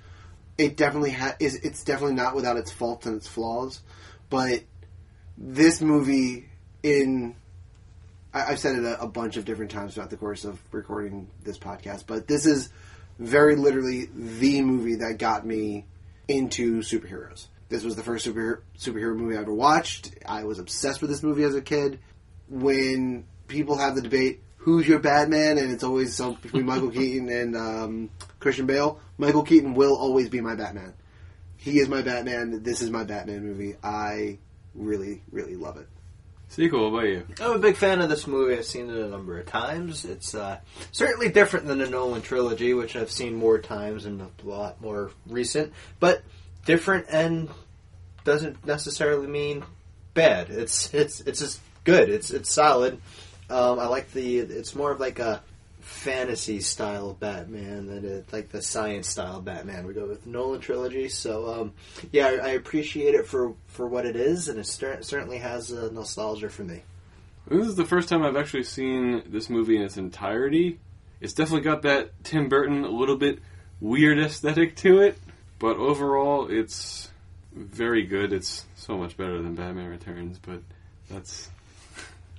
[SPEAKER 3] it definitely ha- is. It's definitely not without its faults and its flaws, but this movie, in I- I've said it a, a bunch of different times throughout the course of recording this podcast, but this is very literally the movie that got me into superheroes. This was the first super, superhero movie I ever watched. I was obsessed with this movie as a kid. When people have the debate, who's your Batman, and it's always some, between Michael Keaton and um, Christian Bale, Michael Keaton will always be my Batman. He is my Batman. This is my Batman movie. I really, really love it.
[SPEAKER 1] Sequel, what about you?
[SPEAKER 2] I'm a big fan of this movie. I've seen it a number of times. It's uh, certainly different than the Nolan trilogy, which I've seen more times and a lot more recent, but different and doesn't necessarily mean bad. It's it's it's just good. It's it's solid. Um, I like the. It's more of like a fantasy style Batman than it, like the science style Batman. We go with Nolan trilogy, so um, yeah, I, I appreciate it for for what it is, and it cer- certainly has a nostalgia for me.
[SPEAKER 1] This is the first time I've actually seen this movie in its entirety. It's definitely got that Tim Burton a little bit weird aesthetic to it, but overall it's very good. It's so much better than Batman Returns, but that's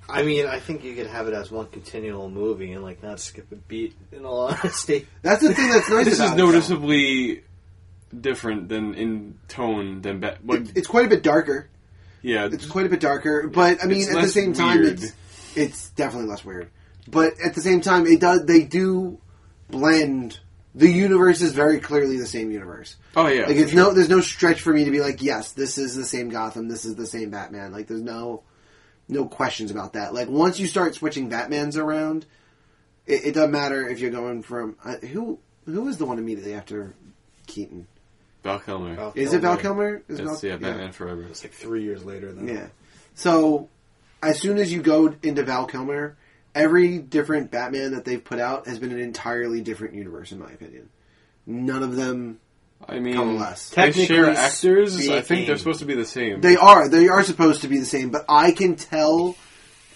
[SPEAKER 2] I mean, I think you could have it as one continual movie and like not skip a beat. In all honesty,
[SPEAKER 3] That's the thing that's nice.
[SPEAKER 1] this is
[SPEAKER 3] about it, though.
[SPEAKER 1] noticeably different than in tone than Bat. But
[SPEAKER 3] It's quite a bit darker.
[SPEAKER 1] yeah,
[SPEAKER 3] It's quite a bit darker, but I mean,
[SPEAKER 1] It's
[SPEAKER 3] at the
[SPEAKER 1] less
[SPEAKER 3] same time,
[SPEAKER 1] weird.
[SPEAKER 3] it's it's definitely less weird. But at the same time, it does they do blend. The universe is very clearly the same universe.
[SPEAKER 1] oh yeah,
[SPEAKER 3] Like it's no, there's no stretch for me to be like, yes, this is the same Gotham, this is the same Batman. Like there's no, no questions about that. Like once you start switching Batmans around, it, it doesn't matter if you're going from uh, who who was the one immediately after Keaton.
[SPEAKER 1] Val Kilmer.
[SPEAKER 2] Val
[SPEAKER 3] Is it Val
[SPEAKER 2] Kilmer.
[SPEAKER 3] Kilmer? Is
[SPEAKER 1] It's,
[SPEAKER 3] Val-
[SPEAKER 1] yeah, Batman Forever.
[SPEAKER 2] It's like three years later. Though.
[SPEAKER 3] yeah. So, as soon as you go into Val Kilmer, every different Batman that they've put out has been an entirely different universe, in my opinion. None of them.
[SPEAKER 1] I mean,
[SPEAKER 3] Come less.
[SPEAKER 1] they share
[SPEAKER 2] Technically
[SPEAKER 1] actors. I think
[SPEAKER 2] speaking-
[SPEAKER 1] they're supposed to be the same.
[SPEAKER 3] They are. They are supposed to be the same, but I can tell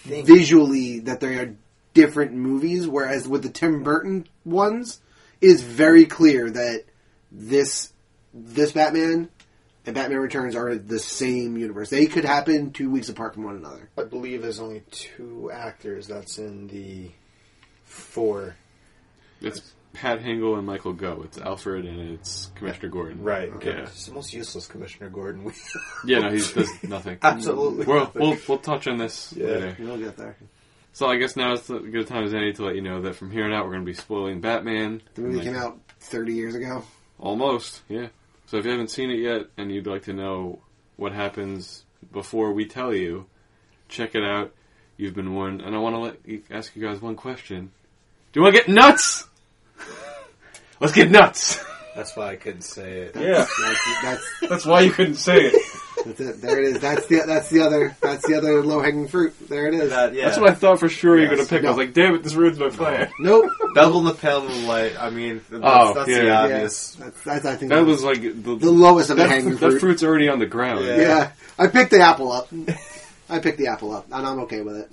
[SPEAKER 2] Think-
[SPEAKER 3] visually that they are different movies. Whereas with the Tim Burton ones, it is very clear that this this Batman and Batman Returns are the same universe. They could happen two weeks apart from one another.
[SPEAKER 2] I believe there's only two actors that's in the four.
[SPEAKER 1] It's Pat Hingle and Michael Go. It's Alfred and it's Commissioner Gordon. Yeah.
[SPEAKER 2] It's the most useless Commissioner Gordon.
[SPEAKER 1] Yeah. No, he does nothing.
[SPEAKER 2] Absolutely.
[SPEAKER 1] We'll, we'll we'll touch on this
[SPEAKER 2] Yeah.
[SPEAKER 1] later.
[SPEAKER 3] We'll get there.
[SPEAKER 1] So I guess now is as good a time as any to let you know that from here on out we're going to be spoiling Batman.
[SPEAKER 3] The movie
[SPEAKER 1] Like,
[SPEAKER 3] came out 30 years ago.
[SPEAKER 1] Almost, yeah. So if you haven't seen it yet and you'd like to know what happens before we tell you, check it out. You've been warned. And I want to let you, ask you guys one question. Do you want to get nuts? Let's get nuts.
[SPEAKER 2] That's why I couldn't say it.
[SPEAKER 1] Yeah,
[SPEAKER 3] That's, that's,
[SPEAKER 1] that's why you couldn't say it.
[SPEAKER 3] that's it. There it is. That's the that's the other that's the other low hanging fruit. There it is.
[SPEAKER 2] That- yeah.
[SPEAKER 1] That's what I thought for sure you were going
[SPEAKER 2] Yes.
[SPEAKER 1] to pick. I was like, damn it, this ruins my plan.
[SPEAKER 3] Nope.
[SPEAKER 2] Bevel in the pale moonlight. I mean, that's,
[SPEAKER 1] Oh,
[SPEAKER 2] that's
[SPEAKER 1] yeah,
[SPEAKER 2] the
[SPEAKER 1] yeah.
[SPEAKER 2] obvious.
[SPEAKER 3] That's, that's I think
[SPEAKER 1] That was like the,
[SPEAKER 3] the lowest of the
[SPEAKER 1] that,
[SPEAKER 3] hanging
[SPEAKER 1] that
[SPEAKER 3] fruit.
[SPEAKER 1] fruit's already on the ground.
[SPEAKER 2] Yeah.
[SPEAKER 3] Yeah, I picked the apple up. I picked the apple up, and I'm okay with it.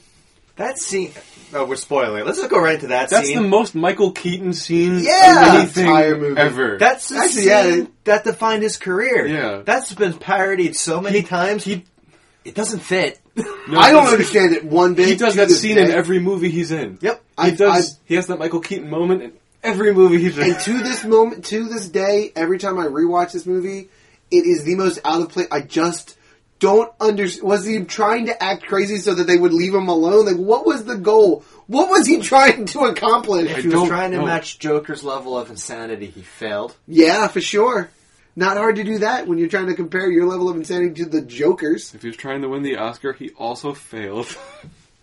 [SPEAKER 2] That scene. Oh, we're spoiling it. Let's just go right into that
[SPEAKER 1] That's
[SPEAKER 2] scene.
[SPEAKER 1] the most Michael Keaton scene
[SPEAKER 2] Yeah!
[SPEAKER 1] of anything
[SPEAKER 3] Entire movie.
[SPEAKER 1] ever.
[SPEAKER 2] that's the
[SPEAKER 3] Actually,
[SPEAKER 2] scene
[SPEAKER 3] yeah, it-
[SPEAKER 2] that defined his career.
[SPEAKER 1] Yeah.
[SPEAKER 2] That's been parodied so many times. He, it doesn't fit.
[SPEAKER 1] No,
[SPEAKER 3] I don't
[SPEAKER 1] that's-
[SPEAKER 3] understand it one bit.
[SPEAKER 1] He does
[SPEAKER 3] to
[SPEAKER 1] that
[SPEAKER 3] this
[SPEAKER 1] scene
[SPEAKER 3] day.
[SPEAKER 1] in every movie he's in.
[SPEAKER 2] Yep.
[SPEAKER 1] He
[SPEAKER 3] I've-
[SPEAKER 1] does. he has that Michael Keaton moment in every movie he's in.
[SPEAKER 3] And to this moment, to this day, every time I rewatch this movie, it is the most out of place. I just don't understand. Was he trying to act crazy so that they would leave him alone? Like, what was the goal? What was he trying to accomplish?
[SPEAKER 1] I
[SPEAKER 2] He was
[SPEAKER 1] don't
[SPEAKER 2] trying to
[SPEAKER 1] know.
[SPEAKER 2] match Joker's level of insanity. He failed.
[SPEAKER 3] Yeah, for sure. Not hard to do that when you're trying to compare your level of insanity to the Joker's.
[SPEAKER 1] If he was trying to win the Oscar, he also failed.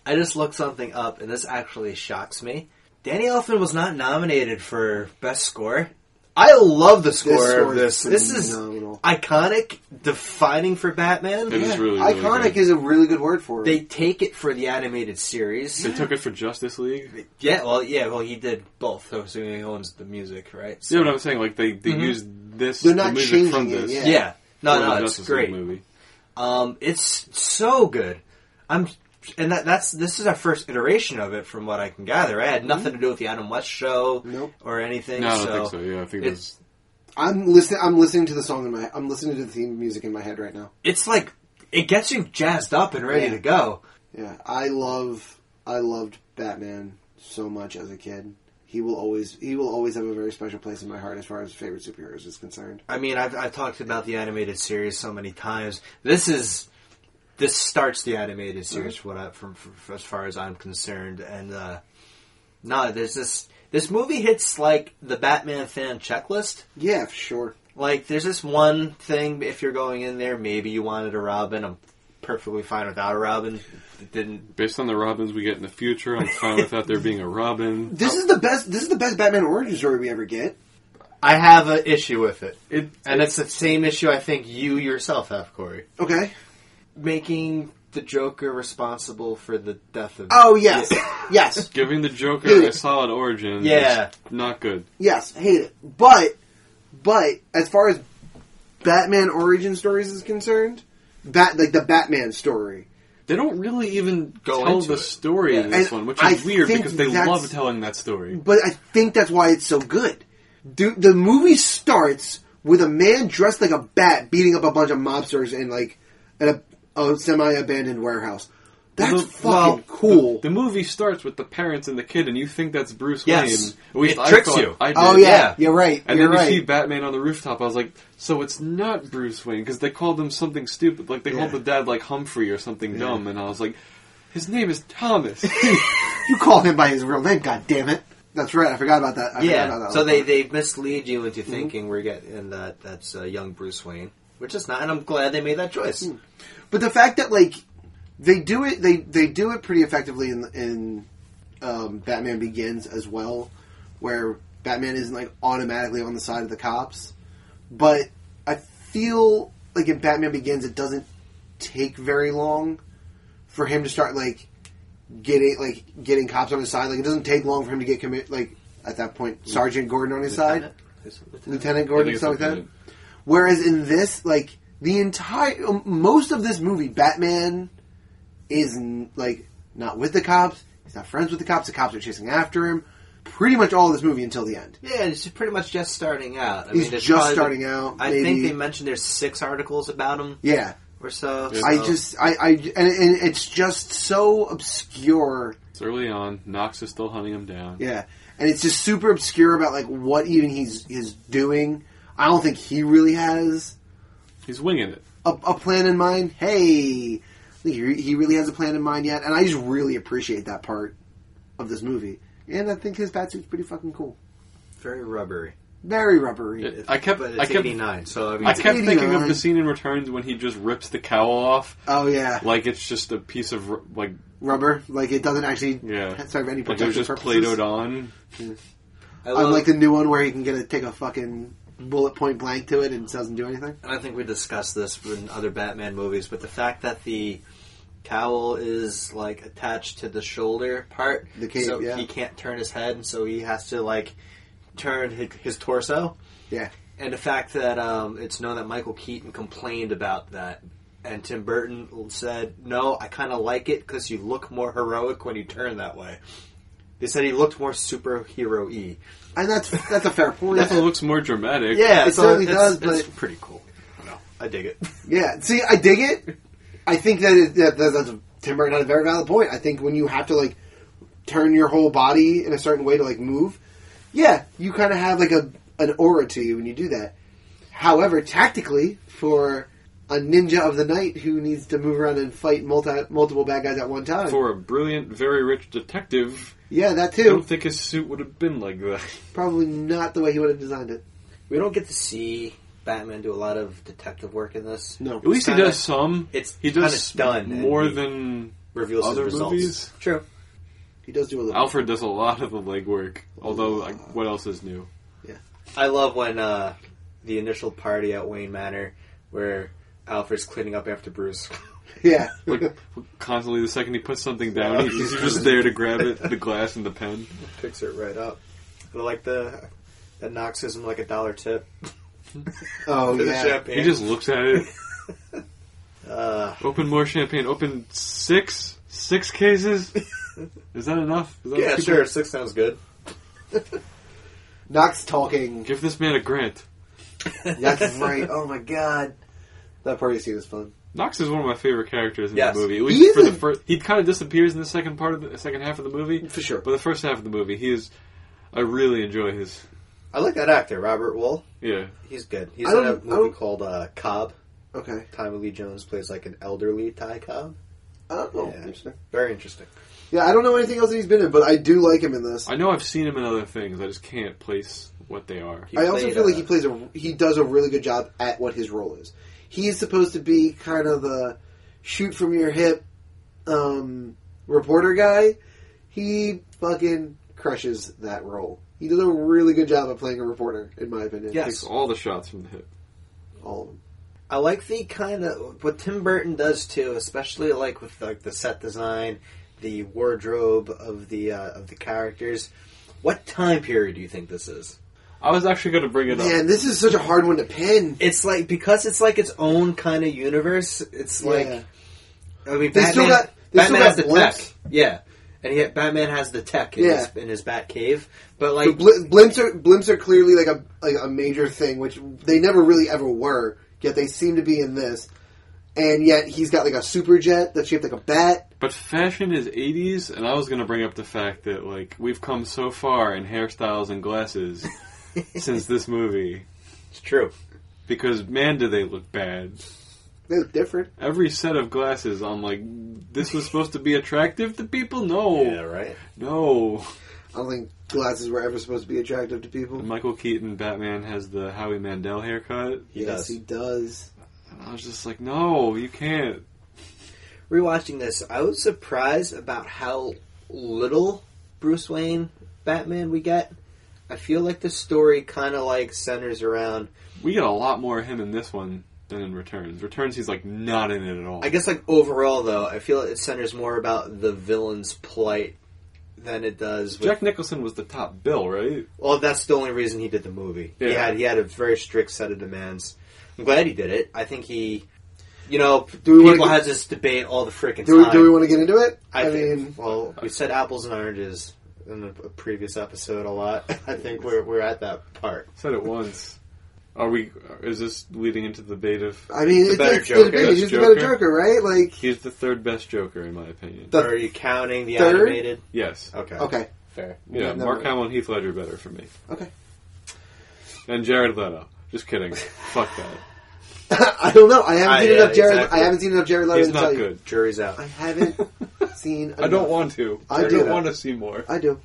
[SPEAKER 2] I just looked something up, and this actually shocks me. Danny Elfman was not nominated for best score. I love the score,
[SPEAKER 3] score
[SPEAKER 2] of
[SPEAKER 3] is
[SPEAKER 2] this. This is
[SPEAKER 3] phenomenal.
[SPEAKER 2] iconic, defining for Batman.
[SPEAKER 1] It is really, really
[SPEAKER 3] Iconic
[SPEAKER 1] good.
[SPEAKER 3] is a really good word for it.
[SPEAKER 2] They take it for the animated series.
[SPEAKER 1] They took it for Justice League.
[SPEAKER 2] Yeah, well, yeah, well, he did both. So so he owns the music, right? So,
[SPEAKER 1] You know what I'm saying? Like they, they used this
[SPEAKER 3] They're
[SPEAKER 1] the
[SPEAKER 3] not
[SPEAKER 1] music
[SPEAKER 3] changing
[SPEAKER 1] from
[SPEAKER 3] it,
[SPEAKER 1] this.
[SPEAKER 3] yeah.
[SPEAKER 2] yeah. no,
[SPEAKER 1] for the
[SPEAKER 2] no, it's
[SPEAKER 1] Justice
[SPEAKER 2] great.
[SPEAKER 1] League movie.
[SPEAKER 2] Um, it's so good. I'm, and that, that's this is our first iteration of it, from what I can gather. I had nothing to do with the Adam West show
[SPEAKER 3] Mm-hmm. Nope.
[SPEAKER 2] or anything.
[SPEAKER 1] No, I don't
[SPEAKER 2] so.
[SPEAKER 1] think so. Yeah, I think
[SPEAKER 2] it-
[SPEAKER 1] that's
[SPEAKER 3] I'm listening. I'm listening to the song in my. I'm listening to the theme music in my head right now.
[SPEAKER 2] It's like it gets you jazzed up and ready
[SPEAKER 3] Yeah.
[SPEAKER 2] to go.
[SPEAKER 3] Yeah, I love. I loved Batman so much as a kid. He will always. He will always have a very special place in my heart as far as favorite superheroes is concerned.
[SPEAKER 2] I mean, I've, I've talked about the animated series so many times. This is this starts the animated
[SPEAKER 3] Mm-hmm.
[SPEAKER 2] series, for what I, from, from as far as I'm concerned. And uh, no, there's this this movie hits like the Batman fan checklist.
[SPEAKER 3] Yeah, for sure.
[SPEAKER 2] Like, there's this one thing if you're going in there, maybe you wanted a Robin. I'm perfectly fine without a Robin. It didn't.
[SPEAKER 1] based on the Robins we get in the future. I'm fine without there being a Robin.
[SPEAKER 3] This is the best. This is the best Batman origin story we ever get.
[SPEAKER 2] I have an issue with it,
[SPEAKER 1] It
[SPEAKER 2] and it's the same issue I think you yourself have, Corey.
[SPEAKER 3] Okay.
[SPEAKER 2] Making the Joker responsible for the death of.
[SPEAKER 3] Oh yes, yes,
[SPEAKER 1] giving the Joker
[SPEAKER 3] Dude.
[SPEAKER 1] a solid origin.
[SPEAKER 2] Yeah.
[SPEAKER 1] is not good.
[SPEAKER 3] yes. Hate it, but but as far as Batman origin stories is concerned, bat like the Batman story.
[SPEAKER 1] They don't really even
[SPEAKER 2] Go
[SPEAKER 1] tell
[SPEAKER 2] into
[SPEAKER 1] the
[SPEAKER 2] it.
[SPEAKER 1] story in this
[SPEAKER 3] And
[SPEAKER 1] one, which
[SPEAKER 3] I
[SPEAKER 1] is weird
[SPEAKER 3] think
[SPEAKER 1] because they
[SPEAKER 3] that's-
[SPEAKER 1] love telling that story.
[SPEAKER 3] But I think that's why it's so good. Dude, the movie starts with a man dressed like a bat beating up a bunch of mobsters in like in a, a semi-abandoned warehouse. That's
[SPEAKER 1] Well,
[SPEAKER 3] fucking
[SPEAKER 2] well,
[SPEAKER 3] cool.
[SPEAKER 1] The movie starts with the parents and the kid, and you think that's Bruce
[SPEAKER 2] Yes.
[SPEAKER 1] Wayne. At least
[SPEAKER 2] It
[SPEAKER 1] I
[SPEAKER 2] tricks
[SPEAKER 1] thought
[SPEAKER 2] you.
[SPEAKER 1] I did.
[SPEAKER 3] oh yeah,
[SPEAKER 2] yeah.
[SPEAKER 3] you're right.
[SPEAKER 1] And
[SPEAKER 3] you're
[SPEAKER 1] then you
[SPEAKER 3] right.
[SPEAKER 1] see Batman on the rooftop. I was like, so it's not Bruce Wayne because they called him something stupid. Like they called the dad like Humphrey or something dumb, and I was like, his name is Thomas.
[SPEAKER 3] you call him by his real name. God damn it. That's right. I forgot about that. I forgot about
[SPEAKER 2] Yeah,
[SPEAKER 3] that Mm-hmm.
[SPEAKER 2] so
[SPEAKER 3] last
[SPEAKER 2] they,
[SPEAKER 3] part.
[SPEAKER 2] they mislead you into thinking we're getting that that's uh, young Bruce Wayne, which is not, and I'm glad they made that choice.
[SPEAKER 3] Mm. But the fact that like they do it, they they do it pretty effectively in in um, Batman Begins as well, where Batman isn't like automatically on the side of the cops. But I feel like in Batman Begins, it doesn't take very long for him to start like getting like getting cops on his side. Like it doesn't take long for him to get commit like at that point Sergeant Gordon on his side, Lieutenant
[SPEAKER 1] I
[SPEAKER 3] Gordon,
[SPEAKER 1] think it's
[SPEAKER 3] stuff like that.
[SPEAKER 1] okay.
[SPEAKER 3] Whereas in this, like the entire um, most of this movie, Batman is n- like not with the cops. He's not friends with the cops. The cops are chasing after him. pretty much all of this movie until the end.
[SPEAKER 2] Yeah, it's pretty much just starting out. I
[SPEAKER 3] He's
[SPEAKER 2] there's probably-
[SPEAKER 3] just starting out.
[SPEAKER 2] I
[SPEAKER 3] maybe-
[SPEAKER 2] think they mentioned there's six articles about him
[SPEAKER 3] yeah.
[SPEAKER 2] or so.
[SPEAKER 1] Yeah.
[SPEAKER 3] I
[SPEAKER 2] so-
[SPEAKER 3] just I I and, and it's just so obscure.
[SPEAKER 1] It's early on. Knox is still hunting him down.
[SPEAKER 3] Yeah, and it's just super obscure about like what even he's is doing. I don't think he really has
[SPEAKER 1] He's winging it.
[SPEAKER 3] a, a plan in mind. Hey, I think he, re- he really has a plan in mind yet, and I just really appreciate that part of this movie. And I think his bat suit's pretty fucking cool.
[SPEAKER 2] very rubbery.
[SPEAKER 3] Very rubbery.
[SPEAKER 1] It- I kept.
[SPEAKER 2] but
[SPEAKER 1] I
[SPEAKER 2] it's
[SPEAKER 1] kept.
[SPEAKER 2] eighty nine, so I mean,
[SPEAKER 1] I kept thinking of
[SPEAKER 3] 89.
[SPEAKER 1] the scene in Returns when he just rips the cowl off,
[SPEAKER 3] oh yeah,
[SPEAKER 1] like it's just a piece of r- like
[SPEAKER 3] rubber. Like it doesn't actually
[SPEAKER 1] Yeah.
[SPEAKER 3] serve any
[SPEAKER 1] like
[SPEAKER 3] protection
[SPEAKER 1] it was just
[SPEAKER 3] purposes.
[SPEAKER 1] play-dohed on.
[SPEAKER 2] I love,
[SPEAKER 3] Unlike the new one where he can get a take a fucking bullet point blank to it and it doesn't do anything.
[SPEAKER 2] and I think we discussed this in other Batman movies, but the fact that the cowl is like attached to the shoulder part,
[SPEAKER 3] The cape,
[SPEAKER 2] so
[SPEAKER 3] yeah.
[SPEAKER 2] he can't turn his head, and so he has to like turn his, his torso.
[SPEAKER 3] Yeah.
[SPEAKER 2] and the fact that um, it's known that Michael Keaton complained about that. And Tim Burton said, "No, I kind of like it because you look more heroic when you turn that way." They said he looked more superhero-y.
[SPEAKER 3] And that's that's a fair point.
[SPEAKER 1] Definitely looks more dramatic.
[SPEAKER 2] Yeah,
[SPEAKER 3] It
[SPEAKER 2] so
[SPEAKER 3] certainly
[SPEAKER 2] it's,
[SPEAKER 3] does,
[SPEAKER 2] it's
[SPEAKER 3] but-
[SPEAKER 2] pretty cool. No, I dig it.
[SPEAKER 3] Yeah, see, I dig it. I think that, it, that, that that's a, Tim Burton had a very valid point. I think when you have to like turn your whole body in a certain way to like move, yeah, you kind of have like a an aura to you when you do that. However, tactically, for a ninja of the night who needs to move around and fight multi, multiple bad guys at one time,
[SPEAKER 1] For a brilliant, very rich detective,
[SPEAKER 3] yeah, that
[SPEAKER 1] I
[SPEAKER 3] too.
[SPEAKER 1] don't think his suit would have been like that.
[SPEAKER 3] Probably not the way he would have designed it.
[SPEAKER 2] We don't get to see Batman do a lot of detective work in this.
[SPEAKER 3] No,
[SPEAKER 1] At least he
[SPEAKER 2] kinda-
[SPEAKER 1] does some.
[SPEAKER 2] it's
[SPEAKER 1] he
[SPEAKER 2] kinda
[SPEAKER 1] does
[SPEAKER 2] done, and
[SPEAKER 1] more
[SPEAKER 2] he-
[SPEAKER 1] than
[SPEAKER 2] Reveals
[SPEAKER 1] Other
[SPEAKER 2] his results.
[SPEAKER 1] movies?
[SPEAKER 2] True.
[SPEAKER 3] he does do a little.
[SPEAKER 1] Alfred does a lot of the legwork. Although, like, what else is new?
[SPEAKER 2] I love when uh, the initial party at Wayne Manor, where Alfred's cleaning up after Bruce.
[SPEAKER 3] Yeah,
[SPEAKER 1] Like constantly, the second he puts something down, he's just there to grab it, the glass and the pen.
[SPEAKER 2] picks it right up. And I like the that Knox gives him like a dollar tip
[SPEAKER 3] oh
[SPEAKER 2] for the
[SPEAKER 3] yeah,
[SPEAKER 2] champagne.
[SPEAKER 1] He just looks at it.
[SPEAKER 2] uh,
[SPEAKER 1] Open more champagne. Open six, six cases. Is that enough? Is that
[SPEAKER 2] yeah,
[SPEAKER 1] people-
[SPEAKER 2] sure, six sounds good.
[SPEAKER 3] Knox talking.
[SPEAKER 1] Give this man a grant.
[SPEAKER 3] That's right. Oh my god, that party scene is fun.
[SPEAKER 1] Knox is one of my favorite characters in
[SPEAKER 2] Yes.
[SPEAKER 1] the movie. At
[SPEAKER 3] He
[SPEAKER 1] least
[SPEAKER 3] is
[SPEAKER 1] for the
[SPEAKER 3] a-
[SPEAKER 1] first, he kind of disappears in the second part of the second half of the movie.
[SPEAKER 3] For sure.
[SPEAKER 1] But the first half of the movie, he is. I really enjoy his.
[SPEAKER 2] I like that actor, Robert Wool.
[SPEAKER 1] Yeah,
[SPEAKER 2] He's good. He's
[SPEAKER 3] I
[SPEAKER 2] in a
[SPEAKER 3] don't- I
[SPEAKER 2] movie
[SPEAKER 3] don't-
[SPEAKER 2] called uh, Cobb.
[SPEAKER 3] Okay.
[SPEAKER 2] Tommy Lee Jones plays like an elderly Ty Cobb.
[SPEAKER 3] Oh,
[SPEAKER 2] Yeah.
[SPEAKER 3] interesting.
[SPEAKER 2] Very interesting.
[SPEAKER 3] Yeah, I don't know anything else that he's been in, but I do like him in this. I,
[SPEAKER 1] I know I've seen him in other things. I just can't place what they are.
[SPEAKER 2] He
[SPEAKER 3] also
[SPEAKER 2] played,
[SPEAKER 3] feel like
[SPEAKER 2] uh,
[SPEAKER 3] he plays a he does a really good job at what his role is. He is supposed to be kind of the shoot from your hip um, reporter guy. He fucking crushes that role. He does a really good job of playing a reporter, in my opinion.
[SPEAKER 2] Yes.
[SPEAKER 1] Takes all the shots from the hip.
[SPEAKER 3] all of them.
[SPEAKER 2] I like the kind of what Tim Burton does too, especially like with like the set design, the wardrobe of the uh, of the characters. What time period do you think this is?
[SPEAKER 1] I was actually going to bring it up.
[SPEAKER 3] Man, this is such a hard one to pin.
[SPEAKER 2] It's like because it's like its own kind of universe. It's like
[SPEAKER 3] Yeah.
[SPEAKER 2] I mean,
[SPEAKER 3] They
[SPEAKER 2] Batman,
[SPEAKER 3] still got- they still
[SPEAKER 2] Batman
[SPEAKER 3] got
[SPEAKER 2] has the
[SPEAKER 3] blimps.
[SPEAKER 2] tech, yeah, and yet Batman has the tech in,
[SPEAKER 3] Yeah.
[SPEAKER 2] his, in his Bat Cave. But
[SPEAKER 3] But
[SPEAKER 2] like,
[SPEAKER 3] bl- blimps are blimps are clearly like a like a major thing, which they never really ever were. Yet they seem to be in this, and yet he's got like a super jet that's shaped like a bat.
[SPEAKER 1] But fashion is 80s, and I was going to bring up the fact that, like, we've come so far in hairstyles and glasses since this movie.
[SPEAKER 2] it's true.
[SPEAKER 1] Because, man, do they look bad.
[SPEAKER 3] They look different.
[SPEAKER 1] Every set of glasses, I'm like, this was supposed to be attractive to people? No.
[SPEAKER 2] Yeah, right.
[SPEAKER 1] No.
[SPEAKER 3] I don't think glasses were ever supposed to be attractive to people.
[SPEAKER 1] Michael Keaton, Batman, has the Howie Mandel haircut.
[SPEAKER 2] He
[SPEAKER 3] yes,
[SPEAKER 2] does.
[SPEAKER 3] he does.
[SPEAKER 1] And I was just like, no, you can't.
[SPEAKER 2] Rewatching this, I was surprised about how little Bruce Wayne Batman we get. I feel like the story kind of like centers around.
[SPEAKER 1] We get a lot more of him in this one than in Returns. Returns, he's, like, not in it at all.
[SPEAKER 2] I guess like overall though, I feel it centers more about the villain's plight than it does. With,
[SPEAKER 1] Jack Nicholson was the top bill, right?
[SPEAKER 2] well, that's the only reason he did the movie. He
[SPEAKER 1] Yeah.
[SPEAKER 2] had he had a very strict set of demands. I'm glad he did it. I think he, you know, do
[SPEAKER 3] wanna
[SPEAKER 2] people
[SPEAKER 3] get-
[SPEAKER 2] has this debate all the freaking
[SPEAKER 3] Do we,
[SPEAKER 2] time.
[SPEAKER 3] do we want to get into it?
[SPEAKER 2] I,
[SPEAKER 3] I,
[SPEAKER 2] think,
[SPEAKER 3] mean,
[SPEAKER 2] well, we said apples and oranges. in a previous episode a lot. I think we're we're at that part.
[SPEAKER 1] Said it once. Are we? Is this leading into the debate of?
[SPEAKER 3] I mean,
[SPEAKER 1] The
[SPEAKER 3] it's,
[SPEAKER 1] better
[SPEAKER 3] it's
[SPEAKER 1] Joker.
[SPEAKER 3] the debate. He's the
[SPEAKER 1] Joker.
[SPEAKER 3] better Joker, right? Like,
[SPEAKER 1] He's the third best Joker in my opinion.
[SPEAKER 3] The
[SPEAKER 2] Are you counting the
[SPEAKER 3] third?
[SPEAKER 2] animated?
[SPEAKER 1] Yes.
[SPEAKER 2] Okay.
[SPEAKER 3] okay,
[SPEAKER 2] Fair.
[SPEAKER 1] Yeah.
[SPEAKER 3] Yeah, no.
[SPEAKER 1] Mark Hamill and Heath Ledger better for me.
[SPEAKER 3] okay.
[SPEAKER 1] And Jared Leto. Just kidding. Fuck that.
[SPEAKER 3] I don't know. I haven't
[SPEAKER 2] Ah,
[SPEAKER 3] seen
[SPEAKER 2] yeah,
[SPEAKER 3] enough Jared.
[SPEAKER 2] exactly.
[SPEAKER 3] I haven't seen enough Jared Leto
[SPEAKER 1] He's
[SPEAKER 3] to tell
[SPEAKER 1] not
[SPEAKER 3] you.
[SPEAKER 1] good.
[SPEAKER 2] Jury's out.
[SPEAKER 3] I haven't seen.
[SPEAKER 1] I don't
[SPEAKER 3] enough.
[SPEAKER 1] want to.
[SPEAKER 3] I
[SPEAKER 1] I,
[SPEAKER 3] do.
[SPEAKER 1] do not want to see more.
[SPEAKER 3] I do.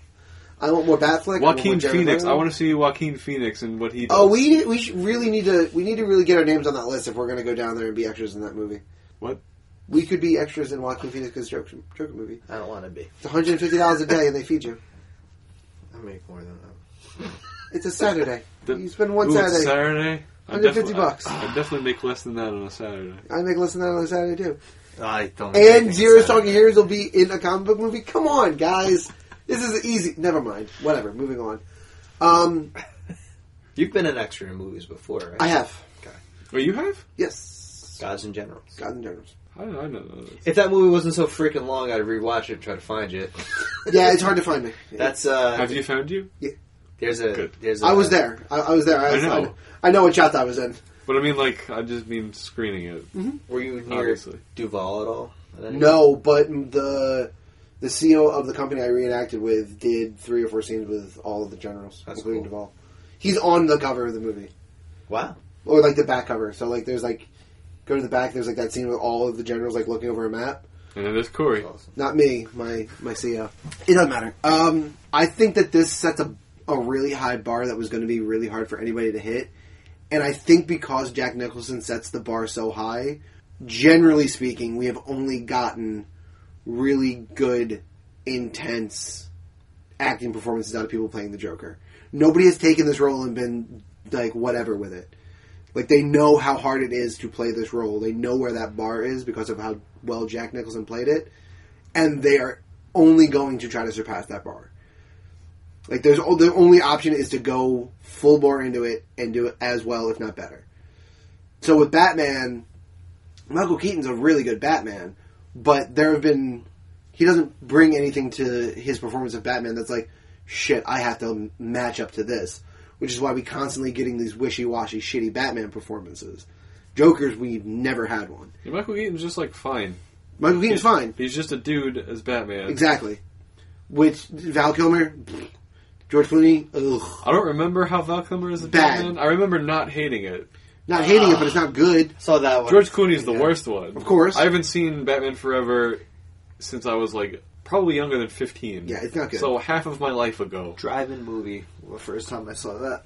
[SPEAKER 3] I want more Batfleck. I want more
[SPEAKER 1] Joaquin
[SPEAKER 3] Jared
[SPEAKER 1] Phoenix.
[SPEAKER 3] Leto.
[SPEAKER 1] I want to see Joaquin Phoenix and what he does.
[SPEAKER 3] Oh, we need, we should really need to we need to really get our names on that list if we're going to go down there and be extras in that movie.
[SPEAKER 1] What?
[SPEAKER 3] We could be extras in Joaquin Phoenix's Joker, Joker movie.
[SPEAKER 2] I don't want to be.
[SPEAKER 3] It's 150 dollars a day, and they feed you.
[SPEAKER 2] I make more than that.
[SPEAKER 3] It's a Saturday.
[SPEAKER 1] The-
[SPEAKER 3] you spend one
[SPEAKER 1] Ooh, it's
[SPEAKER 3] Saturday.
[SPEAKER 1] Saturday. I
[SPEAKER 3] 150
[SPEAKER 1] defi-
[SPEAKER 3] bucks.
[SPEAKER 1] I, I definitely make less than that on a Saturday.
[SPEAKER 3] I make less than that on a Saturday too.
[SPEAKER 2] I don't.
[SPEAKER 3] And zero talking heroes will be in a comic book movie. Come on, guys. This is easy. Never mind. Whatever. Moving on. Um,
[SPEAKER 2] You've been an extra in movies before, right?
[SPEAKER 3] I have
[SPEAKER 1] Oh, you have?
[SPEAKER 3] yes.
[SPEAKER 2] Gods in general.
[SPEAKER 3] Gods and Generals.
[SPEAKER 1] How did I not know this?
[SPEAKER 2] If that movie wasn't so freaking long, I'd rewatch it and try to find it.
[SPEAKER 3] Yeah, it's hard to find me.
[SPEAKER 2] That's uh.
[SPEAKER 1] Have you found you?
[SPEAKER 2] There's a.
[SPEAKER 1] Good.
[SPEAKER 2] There's. A,
[SPEAKER 3] I was there. I, I was there. I,
[SPEAKER 1] uh, I
[SPEAKER 3] was, I
[SPEAKER 1] know.
[SPEAKER 3] know. I know what shot I was in.
[SPEAKER 1] But I mean, like, I just mean screening it.
[SPEAKER 2] Were you near
[SPEAKER 1] Obviously.
[SPEAKER 2] Duval at all? At any-
[SPEAKER 3] No, but the the CEO of the company I reenacted with did three or four scenes with all of the generals,
[SPEAKER 2] That's
[SPEAKER 3] including
[SPEAKER 2] cool.
[SPEAKER 3] Duvall. He's on the cover of the movie,
[SPEAKER 2] Wow.
[SPEAKER 3] or like the back cover. So like, there's like, go to the back. There's like that scene with all of the generals like looking over a map.
[SPEAKER 1] And then there's Corey.
[SPEAKER 2] Awesome.
[SPEAKER 3] Not me, my my CEO. It doesn't matter. Um, I think that this sets a a really high bar that was going to be really hard for anybody to hit, and I think because Jack Nicholson sets the bar so high, generally speaking, we have only gotten really good, intense acting performances out of people playing the Joker. Nobody has taken this role and been like whatever with it. Like they know how hard it is to play this role. They know where that bar is because of how well Jack Nicholson played it, and they are only going to try to surpass that bar. Like there's o- the only option is to go full bore into it and do it as well, if not better. So with Batman, Michael Keaton's a really good Batman, but there have been he doesn't bring anything to his performance of Batman that's like shit. I have to m- match up to this, which is why we constantly getting these wishy washy shitty Batman performances. Jokers, we've never had one.
[SPEAKER 1] And Michael Keaton's just, like, fine.
[SPEAKER 3] Michael Keaton's fine.
[SPEAKER 1] He's just a dude as Batman.
[SPEAKER 3] Exactly. Which Val Kilmer, pfft, George Clooney, ugh,
[SPEAKER 1] I don't remember how Val Kilmer is a
[SPEAKER 3] Bad.
[SPEAKER 1] Batman. I remember not hating it.
[SPEAKER 3] not hating it, but it's not good.
[SPEAKER 2] Saw that one.
[SPEAKER 1] George Clooney's the
[SPEAKER 2] Yeah.
[SPEAKER 1] worst one.
[SPEAKER 3] Of course.
[SPEAKER 1] I haven't seen Batman Forever since I was, like, probably younger than 15.
[SPEAKER 3] Yeah, it's not good.
[SPEAKER 1] So half of my life ago.
[SPEAKER 2] drive-in movie. The first time I saw that.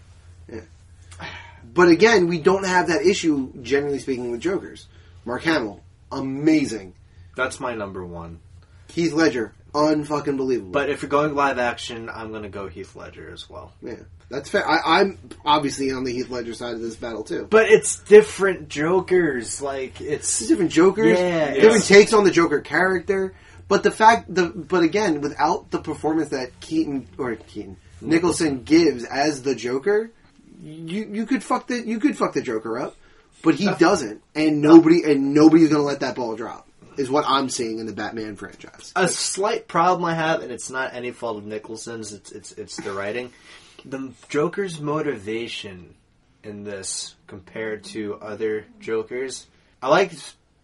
[SPEAKER 3] But again, we don't have that issue generally speaking with Jokers. Mark Hamill, amazing.
[SPEAKER 2] That's my number one.
[SPEAKER 3] Heath Ledger, unfucking believable.
[SPEAKER 2] But if you're going live action, I'm gonna go Heath Ledger as well.
[SPEAKER 3] yeah, that's fair. I, I'm obviously on the Heath Ledger side of this battle too.
[SPEAKER 2] But it's different Jokers. Like it's
[SPEAKER 3] There's different Jokers,
[SPEAKER 2] Yeah,
[SPEAKER 3] different
[SPEAKER 1] yes.
[SPEAKER 3] takes on the Joker character. But the fact, the but again, without the performance that Keaton or Keaton Nicholson gives as the Joker, you you could fuck the you could fuck the Joker up, but he doesn't, and nobody and nobody's gonna let that ball drop. Is what I'm seeing in the Batman franchise.
[SPEAKER 2] a slight problem I have, and it's not any fault of Nicholson's. It's it's it's the writing. The Joker's motivation in this compared to other Jokers, I like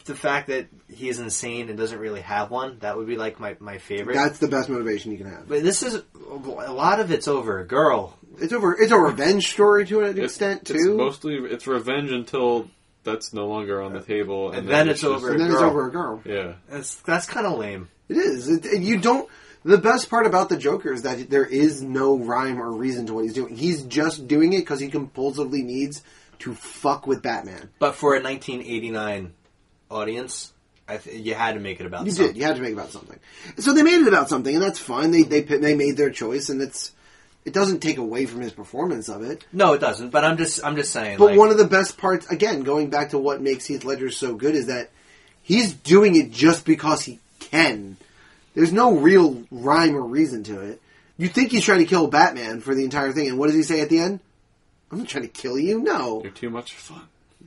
[SPEAKER 2] the fact that he is insane and doesn't really have one. That would be like my my favorite.
[SPEAKER 3] That's the best motivation you can have.
[SPEAKER 2] but this is a lot of it's over a girl.
[SPEAKER 3] It's over. It's a revenge story to an
[SPEAKER 1] It's-
[SPEAKER 3] extent
[SPEAKER 1] It's
[SPEAKER 3] too,
[SPEAKER 1] mostly, it's revenge until that's no longer on the table. And,
[SPEAKER 2] And then it's
[SPEAKER 1] just-
[SPEAKER 2] over.
[SPEAKER 3] and then it's
[SPEAKER 2] girl.
[SPEAKER 3] over a girl.
[SPEAKER 1] Yeah.
[SPEAKER 2] That's that's kind of lame.
[SPEAKER 3] It is. It, it- you don't. The best part about the Joker is that there is no rhyme or reason to what he's doing. He's just doing it because he compulsively needs to fuck with Batman.
[SPEAKER 2] But for a 1989 audience, I th- you had to make it about
[SPEAKER 3] You
[SPEAKER 2] something.
[SPEAKER 3] did. You had to make it about something. So they made it about something, and that's fine. They they pi- they made their choice, and it's it doesn't take away from his performance of it.
[SPEAKER 2] No, it doesn't. But I'm just I'm just saying.
[SPEAKER 3] But
[SPEAKER 2] like,
[SPEAKER 3] one of the best parts, again, going back to what makes Heath Ledger so good, is that he's doing it just because he can. There's no real rhyme or reason to it. You think he's trying to kill Batman for the entire thing, and what does he say at the end? I'm not trying to kill you. No.
[SPEAKER 1] You're too much fun.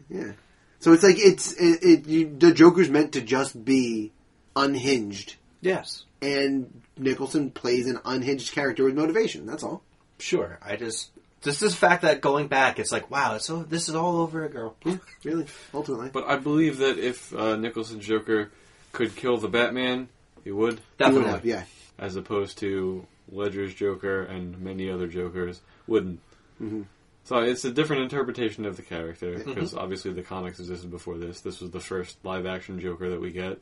[SPEAKER 3] Yeah. So it's like it's it, it you, the Joker's meant to just be unhinged
[SPEAKER 2] yes.
[SPEAKER 3] and Nicholson plays an unhinged character with motivation. That's all.
[SPEAKER 2] Sure, I just just this fact that going back, it's like wow, so this is all over a girl.
[SPEAKER 3] Yeah, really. Ultimately,
[SPEAKER 1] But I believe that if uh, Nicholson's Joker could kill the Batman, he would,
[SPEAKER 3] He would
[SPEAKER 2] Definitely,
[SPEAKER 3] have, yeah.
[SPEAKER 1] as opposed to Ledger's Joker and many other Jokers wouldn't. So it's a different interpretation of the character because obviously the comics existed before this. This was the first live-action Joker that we get.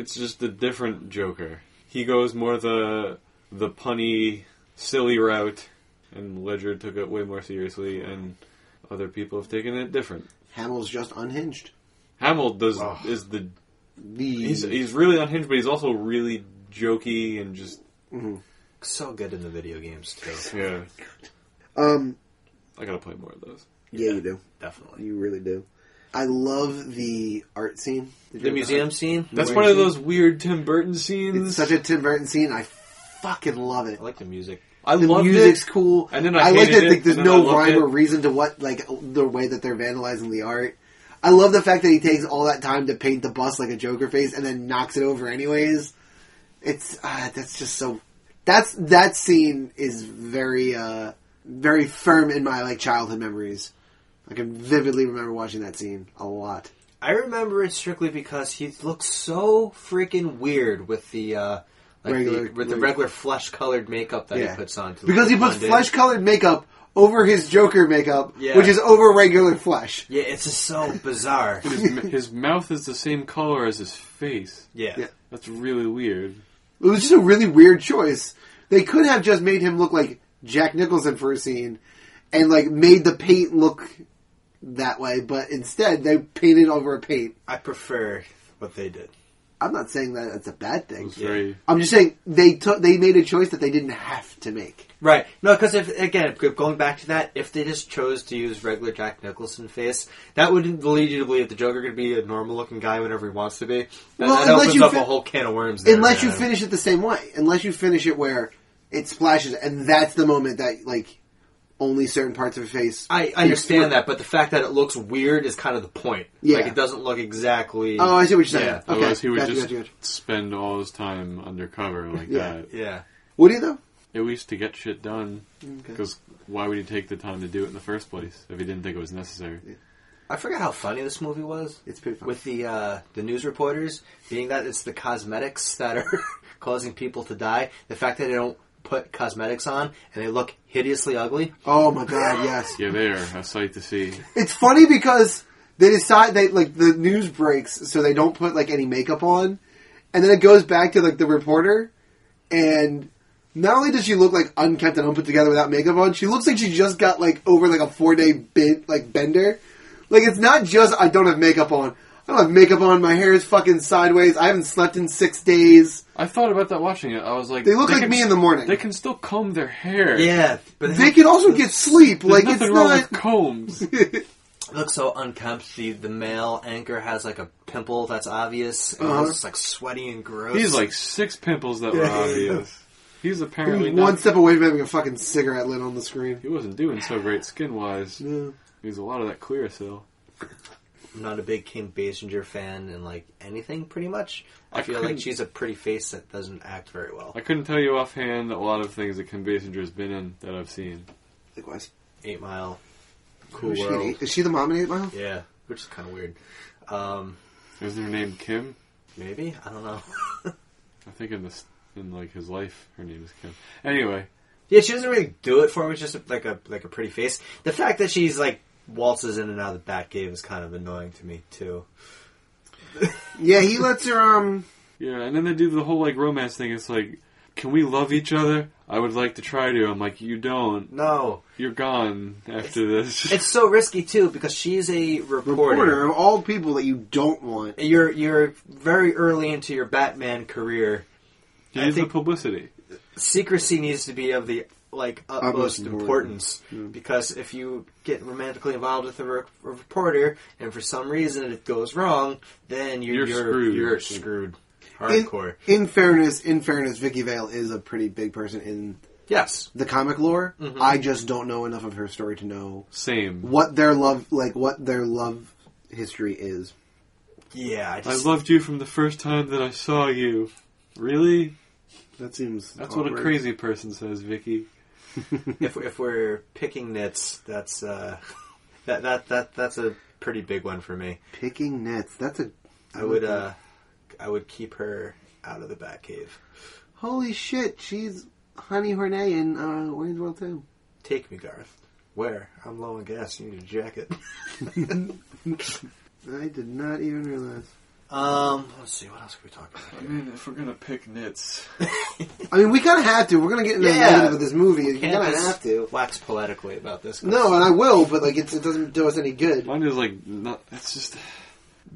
[SPEAKER 1] It's just a different Joker. He goes more the the punny, silly route, and Ledger took it way more seriously, and other people have taken it different.
[SPEAKER 3] Hamill's just unhinged.
[SPEAKER 1] Hamill does
[SPEAKER 2] Ugh.
[SPEAKER 1] is the
[SPEAKER 3] The
[SPEAKER 1] he's he's really unhinged, but he's also really jokey and just
[SPEAKER 2] so good in the video games too.
[SPEAKER 1] yeah.
[SPEAKER 3] um,
[SPEAKER 1] I gotta play more of those.
[SPEAKER 3] yeah, you do.
[SPEAKER 2] Definitely,
[SPEAKER 3] You really do. I love the art scene. Did
[SPEAKER 2] the
[SPEAKER 3] you-
[SPEAKER 2] museum scene.
[SPEAKER 1] That's
[SPEAKER 3] Where
[SPEAKER 1] one
[SPEAKER 3] is
[SPEAKER 1] of
[SPEAKER 3] he?
[SPEAKER 1] those weird Tim Burton scenes.
[SPEAKER 3] It's such a Tim Burton scene. I fucking love it.
[SPEAKER 2] I like the music.
[SPEAKER 1] I
[SPEAKER 3] the
[SPEAKER 1] loved
[SPEAKER 3] music's
[SPEAKER 1] it.
[SPEAKER 3] cool.
[SPEAKER 1] And then I
[SPEAKER 3] like
[SPEAKER 1] hated
[SPEAKER 3] that
[SPEAKER 1] it,
[SPEAKER 3] like, there's
[SPEAKER 1] and then I
[SPEAKER 3] no
[SPEAKER 1] loved
[SPEAKER 3] rhyme
[SPEAKER 1] it.
[SPEAKER 3] or reason to what like the way that they're vandalizing the art. I love the fact that he takes all that time to paint the bus like a Joker face and then knocks it over anyways. It's uh, that's just so that's that scene is very uh very firm in my like childhood memories. I can vividly remember watching that scene a lot.
[SPEAKER 2] I remember it strictly because he looks so freaking weird with the uh, like
[SPEAKER 3] Regular-
[SPEAKER 2] the, with the
[SPEAKER 3] like-
[SPEAKER 2] regular flesh colored makeup that he puts on to look
[SPEAKER 3] because he puts
[SPEAKER 2] blended.
[SPEAKER 3] flesh colored makeup over his Joker makeup,
[SPEAKER 2] Yeah.
[SPEAKER 3] which is over regular flesh.
[SPEAKER 2] Yeah, it's just so bizarre.
[SPEAKER 1] His, m- his mouth is the same color as his face.
[SPEAKER 2] yeah.
[SPEAKER 3] Yeah.
[SPEAKER 1] That's really weird.
[SPEAKER 3] It was just a really weird choice. They could have just made him look like Jack Nicholson for a scene and like made the paint look that way, but instead they painted over a paint.
[SPEAKER 2] I prefer what they did.
[SPEAKER 3] I'm not saying that that's a bad thing.
[SPEAKER 1] It's very
[SPEAKER 3] I'm just saying they took they made a choice that they didn't have to make.
[SPEAKER 2] Right. No, because if again, if- going back to that, if they just chose to use regular Jack Nicholson face, that would lead you to believe the Joker could be a normal looking guy whenever he wants to be. And
[SPEAKER 3] Well,
[SPEAKER 2] that
[SPEAKER 3] unless
[SPEAKER 2] opens
[SPEAKER 3] you
[SPEAKER 2] up
[SPEAKER 3] fi-
[SPEAKER 2] a whole can of worms. There,
[SPEAKER 3] Unless you
[SPEAKER 2] man.
[SPEAKER 3] finish it the same way. Unless you finish it where it splashes and that's the moment that like only certain parts of a face
[SPEAKER 2] I I understand that, but the fact that it looks weird is kind of the point.
[SPEAKER 3] Yeah.
[SPEAKER 2] Like it doesn't look exactly.
[SPEAKER 3] Oh, I see what you're saying.
[SPEAKER 2] Yeah.
[SPEAKER 3] Okay.
[SPEAKER 1] Otherwise, he would
[SPEAKER 3] Gotcha,
[SPEAKER 1] just
[SPEAKER 3] gotcha, gotcha.
[SPEAKER 1] spend all his time undercover like
[SPEAKER 3] Yeah.
[SPEAKER 1] that.
[SPEAKER 2] Yeah.
[SPEAKER 3] Would he though?
[SPEAKER 1] At least to get shit done. Because why would he take the time to do it in the first place if he didn't think it was necessary?
[SPEAKER 2] I forgot how funny this movie was.
[SPEAKER 3] It's pretty funny.
[SPEAKER 2] with the uh, the news reporters being that it's the cosmetics that are causing people to die. The fact that they don't put cosmetics on and they look hideously ugly.
[SPEAKER 3] Oh my god, yes.
[SPEAKER 1] Yeah, there a sight to see.
[SPEAKER 3] It's funny because they decide they like the news breaks, so they don't put like any makeup on, and then it goes back to like the reporter, and not only does she look like unkempt and unput together without makeup on, she looks like she just got like over like a four day bit like bender. Like it's not just I don't have makeup on. I don't have makeup on. My hair is fucking sideways. I haven't slept in six days.
[SPEAKER 1] I thought about that watching it. I was like,
[SPEAKER 3] They look like
[SPEAKER 1] can
[SPEAKER 3] me in
[SPEAKER 1] s-
[SPEAKER 3] the morning.
[SPEAKER 1] They can still comb their hair.
[SPEAKER 2] Yeah, but
[SPEAKER 3] They can also get sleep.
[SPEAKER 1] There's
[SPEAKER 3] Like it's
[SPEAKER 1] nothing wrong with
[SPEAKER 3] not.
[SPEAKER 1] combs.
[SPEAKER 2] looks so unkempt. The the male anchor has like a pimple that's obvious. And
[SPEAKER 3] Uh-huh.
[SPEAKER 2] It's just, like sweaty and gross.
[SPEAKER 1] He's like six pimples that were
[SPEAKER 3] Yeah.
[SPEAKER 1] obvious. He's apparently not,
[SPEAKER 3] One step away from having a fucking cigarette lit on the screen.
[SPEAKER 1] He wasn't doing so great skin wise. He's a lot of that clear cell.
[SPEAKER 2] I'm not a big Kim Basinger fan and like anything pretty much. I,
[SPEAKER 1] I
[SPEAKER 2] feel like
[SPEAKER 1] couldn't-
[SPEAKER 2] she's a pretty face that doesn't act very well.
[SPEAKER 1] I couldn't tell you offhand a lot of things that Kim Basinger's been in that I've seen.
[SPEAKER 3] Likewise.
[SPEAKER 2] Eight Mile, Cool
[SPEAKER 3] Is she,
[SPEAKER 2] World.
[SPEAKER 3] is she the mom in Eight Mile?
[SPEAKER 2] Yeah, which is kind of weird. Um,
[SPEAKER 1] Isn't her name Kim?
[SPEAKER 2] maybe I don't know.
[SPEAKER 1] I think in this in like his life, her name is Kim. Anyway,
[SPEAKER 2] Yeah, she doesn't really do it for me. It's just like a like a pretty face. The fact that she's like waltzes in and out of the Batcave is kind of annoying to me too.
[SPEAKER 3] Yeah, he lets her. Um,
[SPEAKER 1] yeah, and then they do the whole like romance thing. It's like, can we love each other? I would like to try to. I'm like, you don't.
[SPEAKER 2] No,
[SPEAKER 1] You're gone after this.
[SPEAKER 2] it's so risky too because she's a reporter.
[SPEAKER 3] reporter of all people that you don't want.
[SPEAKER 2] You're you're very early into your Batman career.
[SPEAKER 1] He
[SPEAKER 2] I
[SPEAKER 1] needs
[SPEAKER 2] think-
[SPEAKER 1] the publicity.
[SPEAKER 2] Secrecy needs to be of the like utmost
[SPEAKER 3] Utmost
[SPEAKER 2] importance
[SPEAKER 3] importance.
[SPEAKER 2] because if you get romantically involved with a, re- a reporter and for some reason it goes wrong, then
[SPEAKER 1] You're
[SPEAKER 2] you're you're screwed.
[SPEAKER 1] screwed.
[SPEAKER 2] You're screwed.
[SPEAKER 3] In,
[SPEAKER 2] Hardcore.
[SPEAKER 3] in fairness, in fairness, Vicky Vale is a pretty big person in
[SPEAKER 2] yes.
[SPEAKER 3] the comic lore.
[SPEAKER 1] Mm-hmm.
[SPEAKER 3] I just don't know enough of her story to know
[SPEAKER 1] Same.
[SPEAKER 3] what their love, like what their love history is.
[SPEAKER 2] Yeah. I
[SPEAKER 1] I
[SPEAKER 2] just
[SPEAKER 1] loved you from the first time that I saw you. Really?
[SPEAKER 3] That seems.
[SPEAKER 1] That's what
[SPEAKER 3] awkward.
[SPEAKER 1] a crazy person says, Vicky.
[SPEAKER 2] if if we're picking nits, that's uh, that that that that's a pretty big one for me.
[SPEAKER 3] picking nets. That's a.
[SPEAKER 2] I would uh, I would keep her out of the Batcave.
[SPEAKER 3] Holy shit! She's Honey Hornet in uh, Wayne's World Two.
[SPEAKER 2] Take me, Garth. Where? I'm low on gas. You need a jacket.
[SPEAKER 3] I did not even realize.
[SPEAKER 2] Um, let's see. What else can we talk about? here?
[SPEAKER 1] mean, if we're gonna pick nits,
[SPEAKER 3] I mean, we kind of have to. We're gonna get into
[SPEAKER 2] Yeah.
[SPEAKER 3] the negative of this movie. You're
[SPEAKER 2] Can't
[SPEAKER 3] gonna
[SPEAKER 2] just
[SPEAKER 3] have to.
[SPEAKER 2] wax poetically about this.
[SPEAKER 3] No, and I will, but like it's, it doesn't do us any good.
[SPEAKER 1] mine is like not. It's just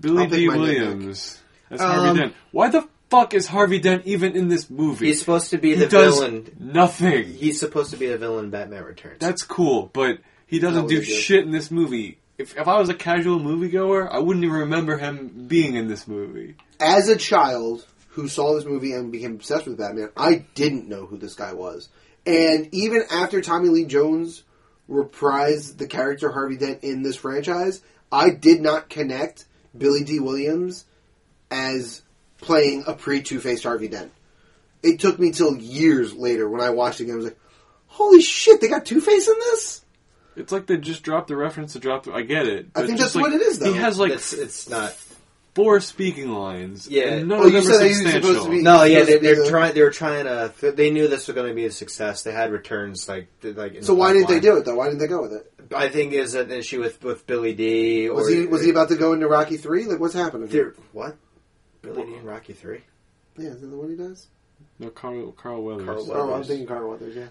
[SPEAKER 1] Billy
[SPEAKER 3] I'll pick
[SPEAKER 1] D.
[SPEAKER 3] my nitpick.
[SPEAKER 1] Williams. That's
[SPEAKER 3] Um,
[SPEAKER 1] Harvey Dent. Why the fuck is Harvey Dent even in this movie?
[SPEAKER 2] he's supposed to be
[SPEAKER 1] he
[SPEAKER 2] the
[SPEAKER 1] does
[SPEAKER 2] villain.
[SPEAKER 1] nothing.
[SPEAKER 2] He's supposed to be the villain. in Batman Returns.
[SPEAKER 1] That's cool, but he
[SPEAKER 3] Oh,
[SPEAKER 1] doesn't do
[SPEAKER 3] he did.
[SPEAKER 1] shit in this movie. If, if I was a casual moviegoer, I wouldn't even remember him being in this movie.
[SPEAKER 3] As a child who saw this movie and became obsessed with Batman, I didn't know who this guy was. And even after Tommy Lee Jones reprised the character Harvey Dent in this franchise, I did not connect Billy D. Williams as playing a pre Two Faced Harvey Dent. It took me till years later when I watched it again. I was like, "Holy shit, they got Two Face in this!"
[SPEAKER 1] It's like they just dropped the reference to drop. The, I get it.
[SPEAKER 3] I
[SPEAKER 1] but
[SPEAKER 3] think
[SPEAKER 1] just
[SPEAKER 3] that's what
[SPEAKER 1] like-
[SPEAKER 3] it is, though.
[SPEAKER 1] He has like
[SPEAKER 2] it's, it's not.
[SPEAKER 1] four speaking lines.
[SPEAKER 2] Yeah.
[SPEAKER 1] and none
[SPEAKER 3] Oh,
[SPEAKER 1] of
[SPEAKER 3] you
[SPEAKER 1] them
[SPEAKER 3] said that
[SPEAKER 1] are
[SPEAKER 3] he was supposed to
[SPEAKER 1] substantial.
[SPEAKER 3] be-
[SPEAKER 2] No, yeah, they,
[SPEAKER 3] supposed to be
[SPEAKER 2] they're
[SPEAKER 3] the-
[SPEAKER 2] trying. They were trying to. They knew this was going to be a success. They had returns like th- like. in
[SPEAKER 3] So why didn't they
[SPEAKER 2] pipeline.
[SPEAKER 3] do it though? Why didn't they go with it?
[SPEAKER 2] I think is an issue with with Billy D. Or,
[SPEAKER 3] Was he was he about to go into Rocky Three? Like, what's happening?
[SPEAKER 2] There- what? Billy D. and Rocky Three.
[SPEAKER 3] Yeah, is that what he does?
[SPEAKER 1] No, Carl, Carl Weathers.
[SPEAKER 2] Carl Weathers.
[SPEAKER 3] Oh, I'm thinking Carl Weathers, yeah.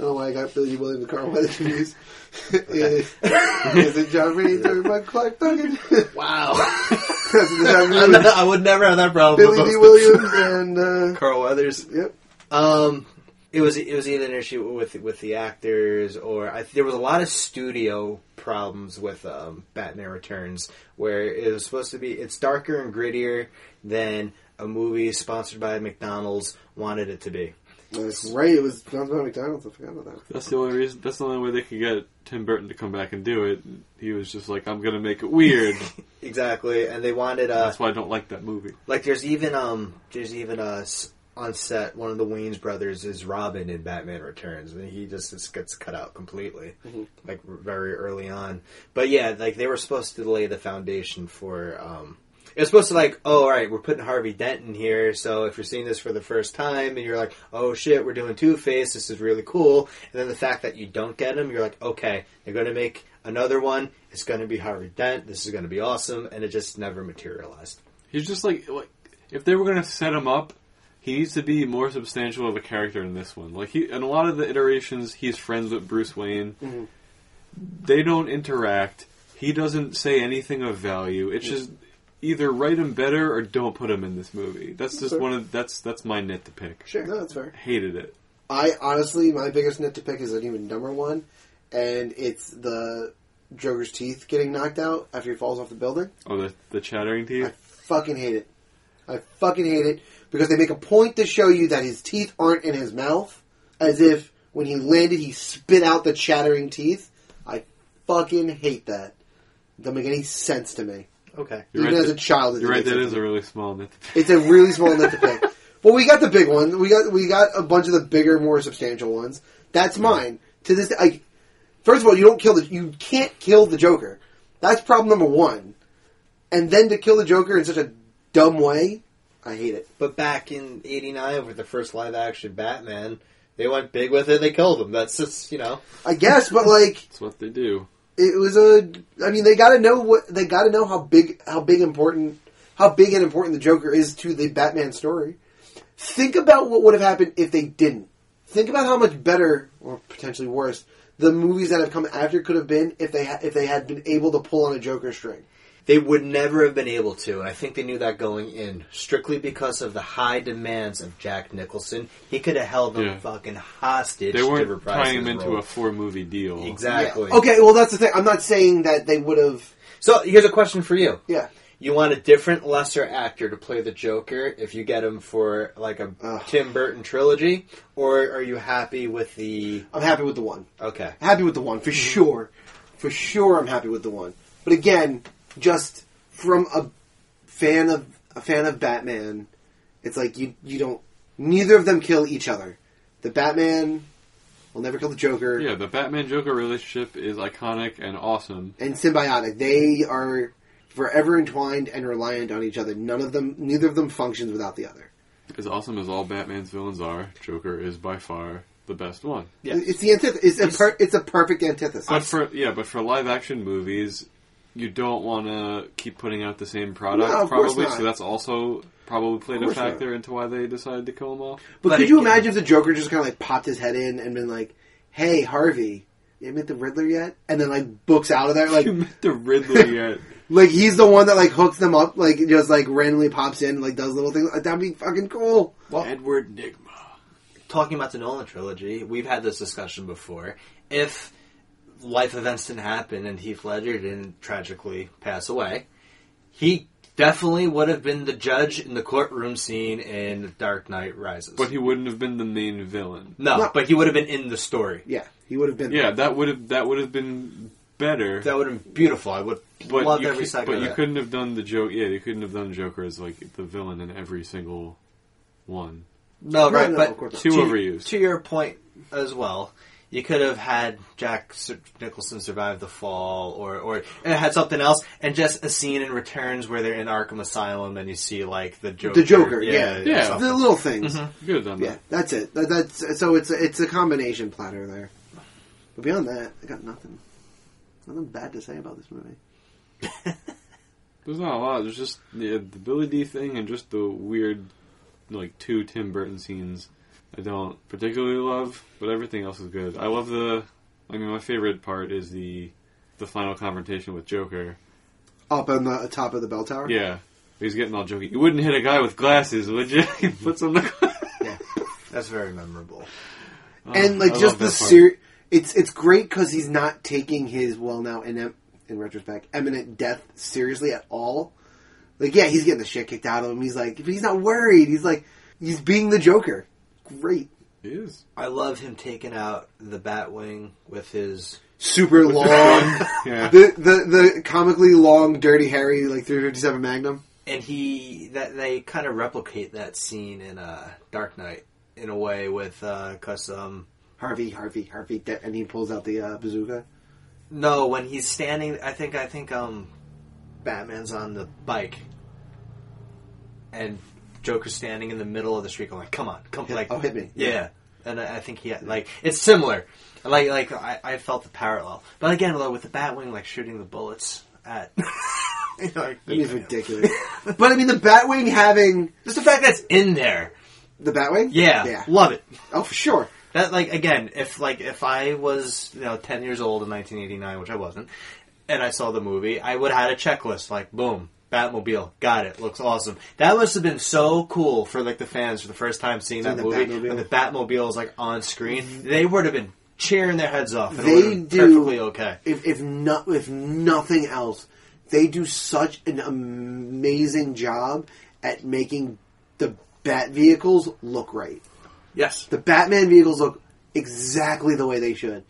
[SPEAKER 3] I don't know why I got Billy Williams and Carl Weathers confused. is, is it John Wayne or my Clark Duncan? That's
[SPEAKER 2] Wow.
[SPEAKER 3] the John
[SPEAKER 2] I,
[SPEAKER 3] Williams-
[SPEAKER 2] would never have that problem.
[SPEAKER 3] Billy D. Williams and, uh,
[SPEAKER 2] Carl Weathers.
[SPEAKER 3] yep.
[SPEAKER 2] Um, it was it was either an issue with with the actors or I, there was a lot of studio problems with um, Batman Returns, where it was supposed to be it's darker and grittier than a movie sponsored by McDonald's wanted it to be.
[SPEAKER 3] That's right, it was John Bob McDonald's, I forgot about that.
[SPEAKER 1] That's the only reason. That's the only way they could get Tim Burton to come back and do it. He was just like, "I'm gonna make it weird."
[SPEAKER 2] Exactly, and they wanted uh,
[SPEAKER 1] That's why I don't like that movie.
[SPEAKER 2] Like there's even um there's even uh s- on set one of the Wayne's brothers is Robin in Batman Returns and he just, just gets cut out completely like r- very early on. But yeah, like they were supposed to lay the foundation for um it was supposed to like oh all right we're putting Harvey Dent in here so if you're seeing this for the first time and you're like oh shit we're doing Two Face this is really cool and then the fact that you don't get him you're like okay they're gonna make another one it's gonna be Harvey Dent this is gonna be awesome and it just never materialized.
[SPEAKER 1] He's just like, like if they were gonna set him up, he needs to be more substantial of a character in this one. Like he, in a lot of the iterations, he's friends with Bruce Wayne.
[SPEAKER 3] Mm-hmm.
[SPEAKER 1] They don't interact. He doesn't say anything of value.
[SPEAKER 3] Mm.
[SPEAKER 1] It's just either write him better or don't put him in this movie. That's just
[SPEAKER 3] Sure.
[SPEAKER 1] one of that's that's my nit to pick.
[SPEAKER 3] Sure. No, that's fair.
[SPEAKER 1] Hated it.
[SPEAKER 3] I honestly, my biggest nit to pick is an even dumber one, and it's the Joker's teeth getting knocked out after he falls off the building.
[SPEAKER 1] Oh, the the chattering
[SPEAKER 3] I
[SPEAKER 1] teeth.
[SPEAKER 3] fucking hate it. I fucking hate it because they make a point to show you that his teeth aren't in his mouth, as if when he landed he spit out the chattering teeth. I fucking hate that. Doesn't make any sense to me.
[SPEAKER 2] Okay.
[SPEAKER 1] You're
[SPEAKER 3] Even
[SPEAKER 1] right,
[SPEAKER 3] as a
[SPEAKER 1] that-
[SPEAKER 3] child, it
[SPEAKER 1] You're right.
[SPEAKER 3] didn't
[SPEAKER 1] That
[SPEAKER 3] make
[SPEAKER 1] is a really small nit. To pick.
[SPEAKER 3] It's a really small nit to pick. But we got the big one. We got we got a bunch of the bigger, more substantial ones. That's mine. To this, I first of all, you don't kill the you can't kill the Joker. That's problem number one. And then to kill the Joker in such a dumb way, I hate it.
[SPEAKER 2] But back in '89, with the first live action Batman, they went big with it. They killed him. That's just you know.
[SPEAKER 3] I guess, but like
[SPEAKER 1] That's what they do.
[SPEAKER 3] it was a. I mean, they got to know what they got to know how big, how big important, how big and important the Joker is to the Batman story. Think about what would have happened if they didn't. Think about how much better or potentially worse the movies that have come after could have been if they ha- if they had been able to pull on a Joker string.
[SPEAKER 2] They would never have been able to, and I think they knew that going in, strictly because of the high demands of Jack Nicholson. He could have held them
[SPEAKER 1] Yeah.
[SPEAKER 2] fucking hostage.
[SPEAKER 1] They
[SPEAKER 2] to
[SPEAKER 1] weren't
[SPEAKER 2] reprise
[SPEAKER 1] tying him
[SPEAKER 2] his
[SPEAKER 1] into
[SPEAKER 2] role.
[SPEAKER 1] a four movie deal.
[SPEAKER 2] exactly.
[SPEAKER 3] Yeah. Okay, well that's the thing. I'm not saying that they would have.
[SPEAKER 2] So here's a question for you:
[SPEAKER 3] Yeah.
[SPEAKER 2] You want a different, lesser actor to play the Joker if you get him for like a
[SPEAKER 3] Ugh.
[SPEAKER 2] Tim Burton trilogy, or are you happy with the?
[SPEAKER 3] I'm happy with the one.
[SPEAKER 2] Okay.
[SPEAKER 3] happy with the one for sure. For sure, I'm happy with the one. But again, just from a fan of a fan of Batman It's like you you don't. Neither of them kill each other. The Batman will never kill the Joker,
[SPEAKER 1] Yeah, the Batman Joker relationship is iconic and awesome.
[SPEAKER 3] and symbiotic. They are forever entwined and reliant on each other. None of them, neither of them, functions without the other.
[SPEAKER 1] As awesome as all Batman's villains are, Joker is by far the best one.
[SPEAKER 2] Yeah.
[SPEAKER 3] It's the antith- It's a per- it's a perfect antithesis.
[SPEAKER 1] But for yeah, but for live action movies, you don't want to keep putting out the same product,
[SPEAKER 3] No, of course
[SPEAKER 1] probably.
[SPEAKER 3] not.
[SPEAKER 1] So that's also probably played a
[SPEAKER 3] course not.
[SPEAKER 1] factor into why they decided to kill him off.
[SPEAKER 3] But
[SPEAKER 2] Let
[SPEAKER 3] could
[SPEAKER 2] it
[SPEAKER 3] you
[SPEAKER 2] get-
[SPEAKER 3] imagine if the Joker just kind of like popped his head in and been like, "Hey, Harvey, you met the Riddler yet?" And then like books out of there, like
[SPEAKER 1] you met the Riddler yet?
[SPEAKER 3] like he's the one that like hooks them up, like just like randomly pops in, and, like does little things. Like, that'd be fucking cool.
[SPEAKER 1] Edward Nigma.
[SPEAKER 2] talking about the Nolan trilogy, we've had this discussion before. If life events didn't happen and Heath Ledger didn't tragically pass away, he definitely would have been the judge in the courtroom scene in Dark Knight Rises.
[SPEAKER 1] But he wouldn't have been the main villain.
[SPEAKER 2] no,
[SPEAKER 3] No.
[SPEAKER 2] but he would have been in the story.
[SPEAKER 3] Yeah, he would have been.
[SPEAKER 1] Yeah, that would have that would have been better.
[SPEAKER 2] That would have been beautiful. I would
[SPEAKER 1] but
[SPEAKER 2] love
[SPEAKER 1] you,
[SPEAKER 2] every
[SPEAKER 1] cou-
[SPEAKER 2] second
[SPEAKER 1] but
[SPEAKER 2] of
[SPEAKER 1] you
[SPEAKER 2] that.
[SPEAKER 1] couldn't have done the joke. Yeah, you couldn't have done Joker as like the villain in every single one.
[SPEAKER 2] No, right,
[SPEAKER 3] no,
[SPEAKER 2] but
[SPEAKER 3] of course not.
[SPEAKER 1] Too
[SPEAKER 2] to-
[SPEAKER 1] overused.
[SPEAKER 2] To your point as well, you could have had Jack Sur- Nicholson survive the fall, or or and had something else, and just a scene in Returns where they're in Arkham Asylum, and you see like the Joker,
[SPEAKER 3] the Joker. Yeah,
[SPEAKER 1] yeah.
[SPEAKER 3] It's the little things.
[SPEAKER 2] Mm-hmm.
[SPEAKER 1] You could have done
[SPEAKER 3] Yeah,
[SPEAKER 1] that.
[SPEAKER 3] that's it. That, that's so it's a, it's a combination platter there. But beyond that, I got nothing. Nothing bad to say about this movie.
[SPEAKER 1] There's not a lot. There's just yeah, the Billy D thing and just the weird, like two Tim Burton scenes. I don't particularly love, but everything else is good. I love the. I mean, my favorite part is the the final confrontation with Joker.
[SPEAKER 3] Up on the top of the bell tower.
[SPEAKER 1] Yeah, he's getting all jokey. You wouldn't hit a guy with glasses, would you? He puts on the.
[SPEAKER 2] That's very memorable.
[SPEAKER 3] and like
[SPEAKER 1] I
[SPEAKER 3] just
[SPEAKER 1] love
[SPEAKER 3] the
[SPEAKER 1] that part.
[SPEAKER 3] ser- it's it's great because he's not taking his well now in in retrospect imminent death seriously at all. Like yeah, he's getting the shit kicked out of him. He's like, but he's not worried. He's like, he's being the Joker. Great,
[SPEAKER 1] He is.
[SPEAKER 2] I love him taking out the Batwing with his.
[SPEAKER 3] super long,
[SPEAKER 1] Yeah.
[SPEAKER 3] the, the the comically long Dirty Harry like 357 Magnum.
[SPEAKER 2] And he that they kind of replicate that scene in uh, Dark Knight in a way with because um,
[SPEAKER 3] Harvey, Harvey, Harvey, de- and he pulls out the uh, bazooka.
[SPEAKER 2] No, when he's standing, I think I think um, Batman's on the bike, and Joker's standing in the middle of the street, going, "Come on, come
[SPEAKER 3] Hit-
[SPEAKER 2] like,
[SPEAKER 3] oh, hit me.
[SPEAKER 2] yeah." And I, I think he had, like it's similar, like like I, I felt the parallel, but again, like, with the Batwing, like shooting the bullets at. you know, like,
[SPEAKER 3] I mean, it's ridiculous. but I mean, the Batwing having
[SPEAKER 2] Just the fact that's in there,
[SPEAKER 3] the Batwing.
[SPEAKER 2] yeah,
[SPEAKER 3] yeah.
[SPEAKER 2] love it.
[SPEAKER 3] Oh, for sure.
[SPEAKER 2] That like again, if like if I was you know ten years old in 1989, which I wasn't, and I saw the movie, I would have had a checklist like boom, Batmobile, got it, looks awesome. That must have been so cool for like the fans for the first time seeing that
[SPEAKER 3] the
[SPEAKER 2] movie
[SPEAKER 3] Batmobile. Mm-hmm.
[SPEAKER 2] when the Batmobile is like on screen. They would have been cheering their heads off. And it
[SPEAKER 3] They
[SPEAKER 2] would have been
[SPEAKER 3] do-
[SPEAKER 2] perfectly okay.
[SPEAKER 3] if if not if nothing else, they do such an amazing job at making the bat vehicles look right.
[SPEAKER 2] Yes,
[SPEAKER 3] The Batman vehicles look exactly the way they should.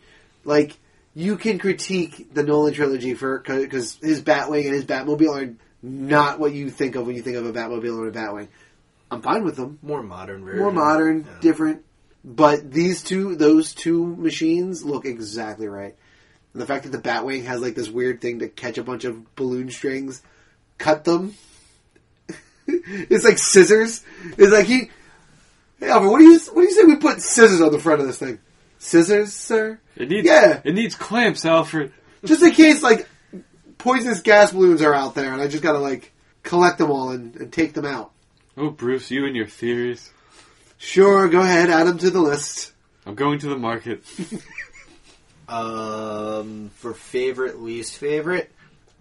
[SPEAKER 3] Like you can critique the Nolan trilogy for because his Batwing and his Batmobile are not what you think of when you think of a Batmobile or a Batwing. I'm fine with them
[SPEAKER 2] more modern version.
[SPEAKER 3] more modern,
[SPEAKER 2] Yeah.
[SPEAKER 3] different. But these two, those two machines look exactly right. And the fact that the Batwing has like this weird thing to catch a bunch of balloon strings, cut them. it's like scissors. It's like he. Hey, Alfred, what do you what do you say we put scissors on the front of this thing? Scissors, sir.
[SPEAKER 1] It needs.
[SPEAKER 3] Yeah.
[SPEAKER 1] It needs clamps, Alfred.
[SPEAKER 3] Just in case like poisonous gas balloons are out there, and I just gotta like collect them all and, and take them out.
[SPEAKER 1] Oh, Bruce, you and your theories.
[SPEAKER 3] Sure, go ahead, add them to the list.
[SPEAKER 1] I'm going to the market.
[SPEAKER 2] Um, for favorite, least favorite,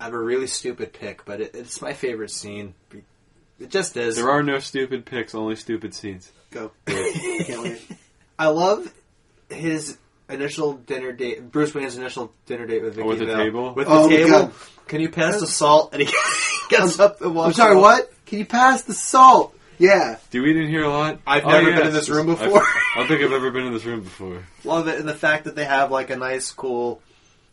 [SPEAKER 2] I have a really stupid pick, but it, it's my favorite scene. It just is.
[SPEAKER 1] There are no stupid picks, only stupid scenes.
[SPEAKER 3] Go. Can't wait.
[SPEAKER 2] I love his initial dinner date. Bruce Wayne's initial dinner date with Vicky
[SPEAKER 1] with the
[SPEAKER 2] Vale.
[SPEAKER 1] table?
[SPEAKER 2] With
[SPEAKER 3] Oh,
[SPEAKER 2] the
[SPEAKER 3] my
[SPEAKER 2] table.
[SPEAKER 3] God.
[SPEAKER 2] Can you pass the salt? And he gets up and walks.
[SPEAKER 3] I'm sorry,
[SPEAKER 2] off.
[SPEAKER 3] what? Can you pass the salt? Yeah.
[SPEAKER 1] Do we didn't hear a lot? Oh,
[SPEAKER 2] I've never been in this room before.
[SPEAKER 1] I've- I don't think I've ever been in this room before.
[SPEAKER 2] Love it, and the fact that they have like a nice, cool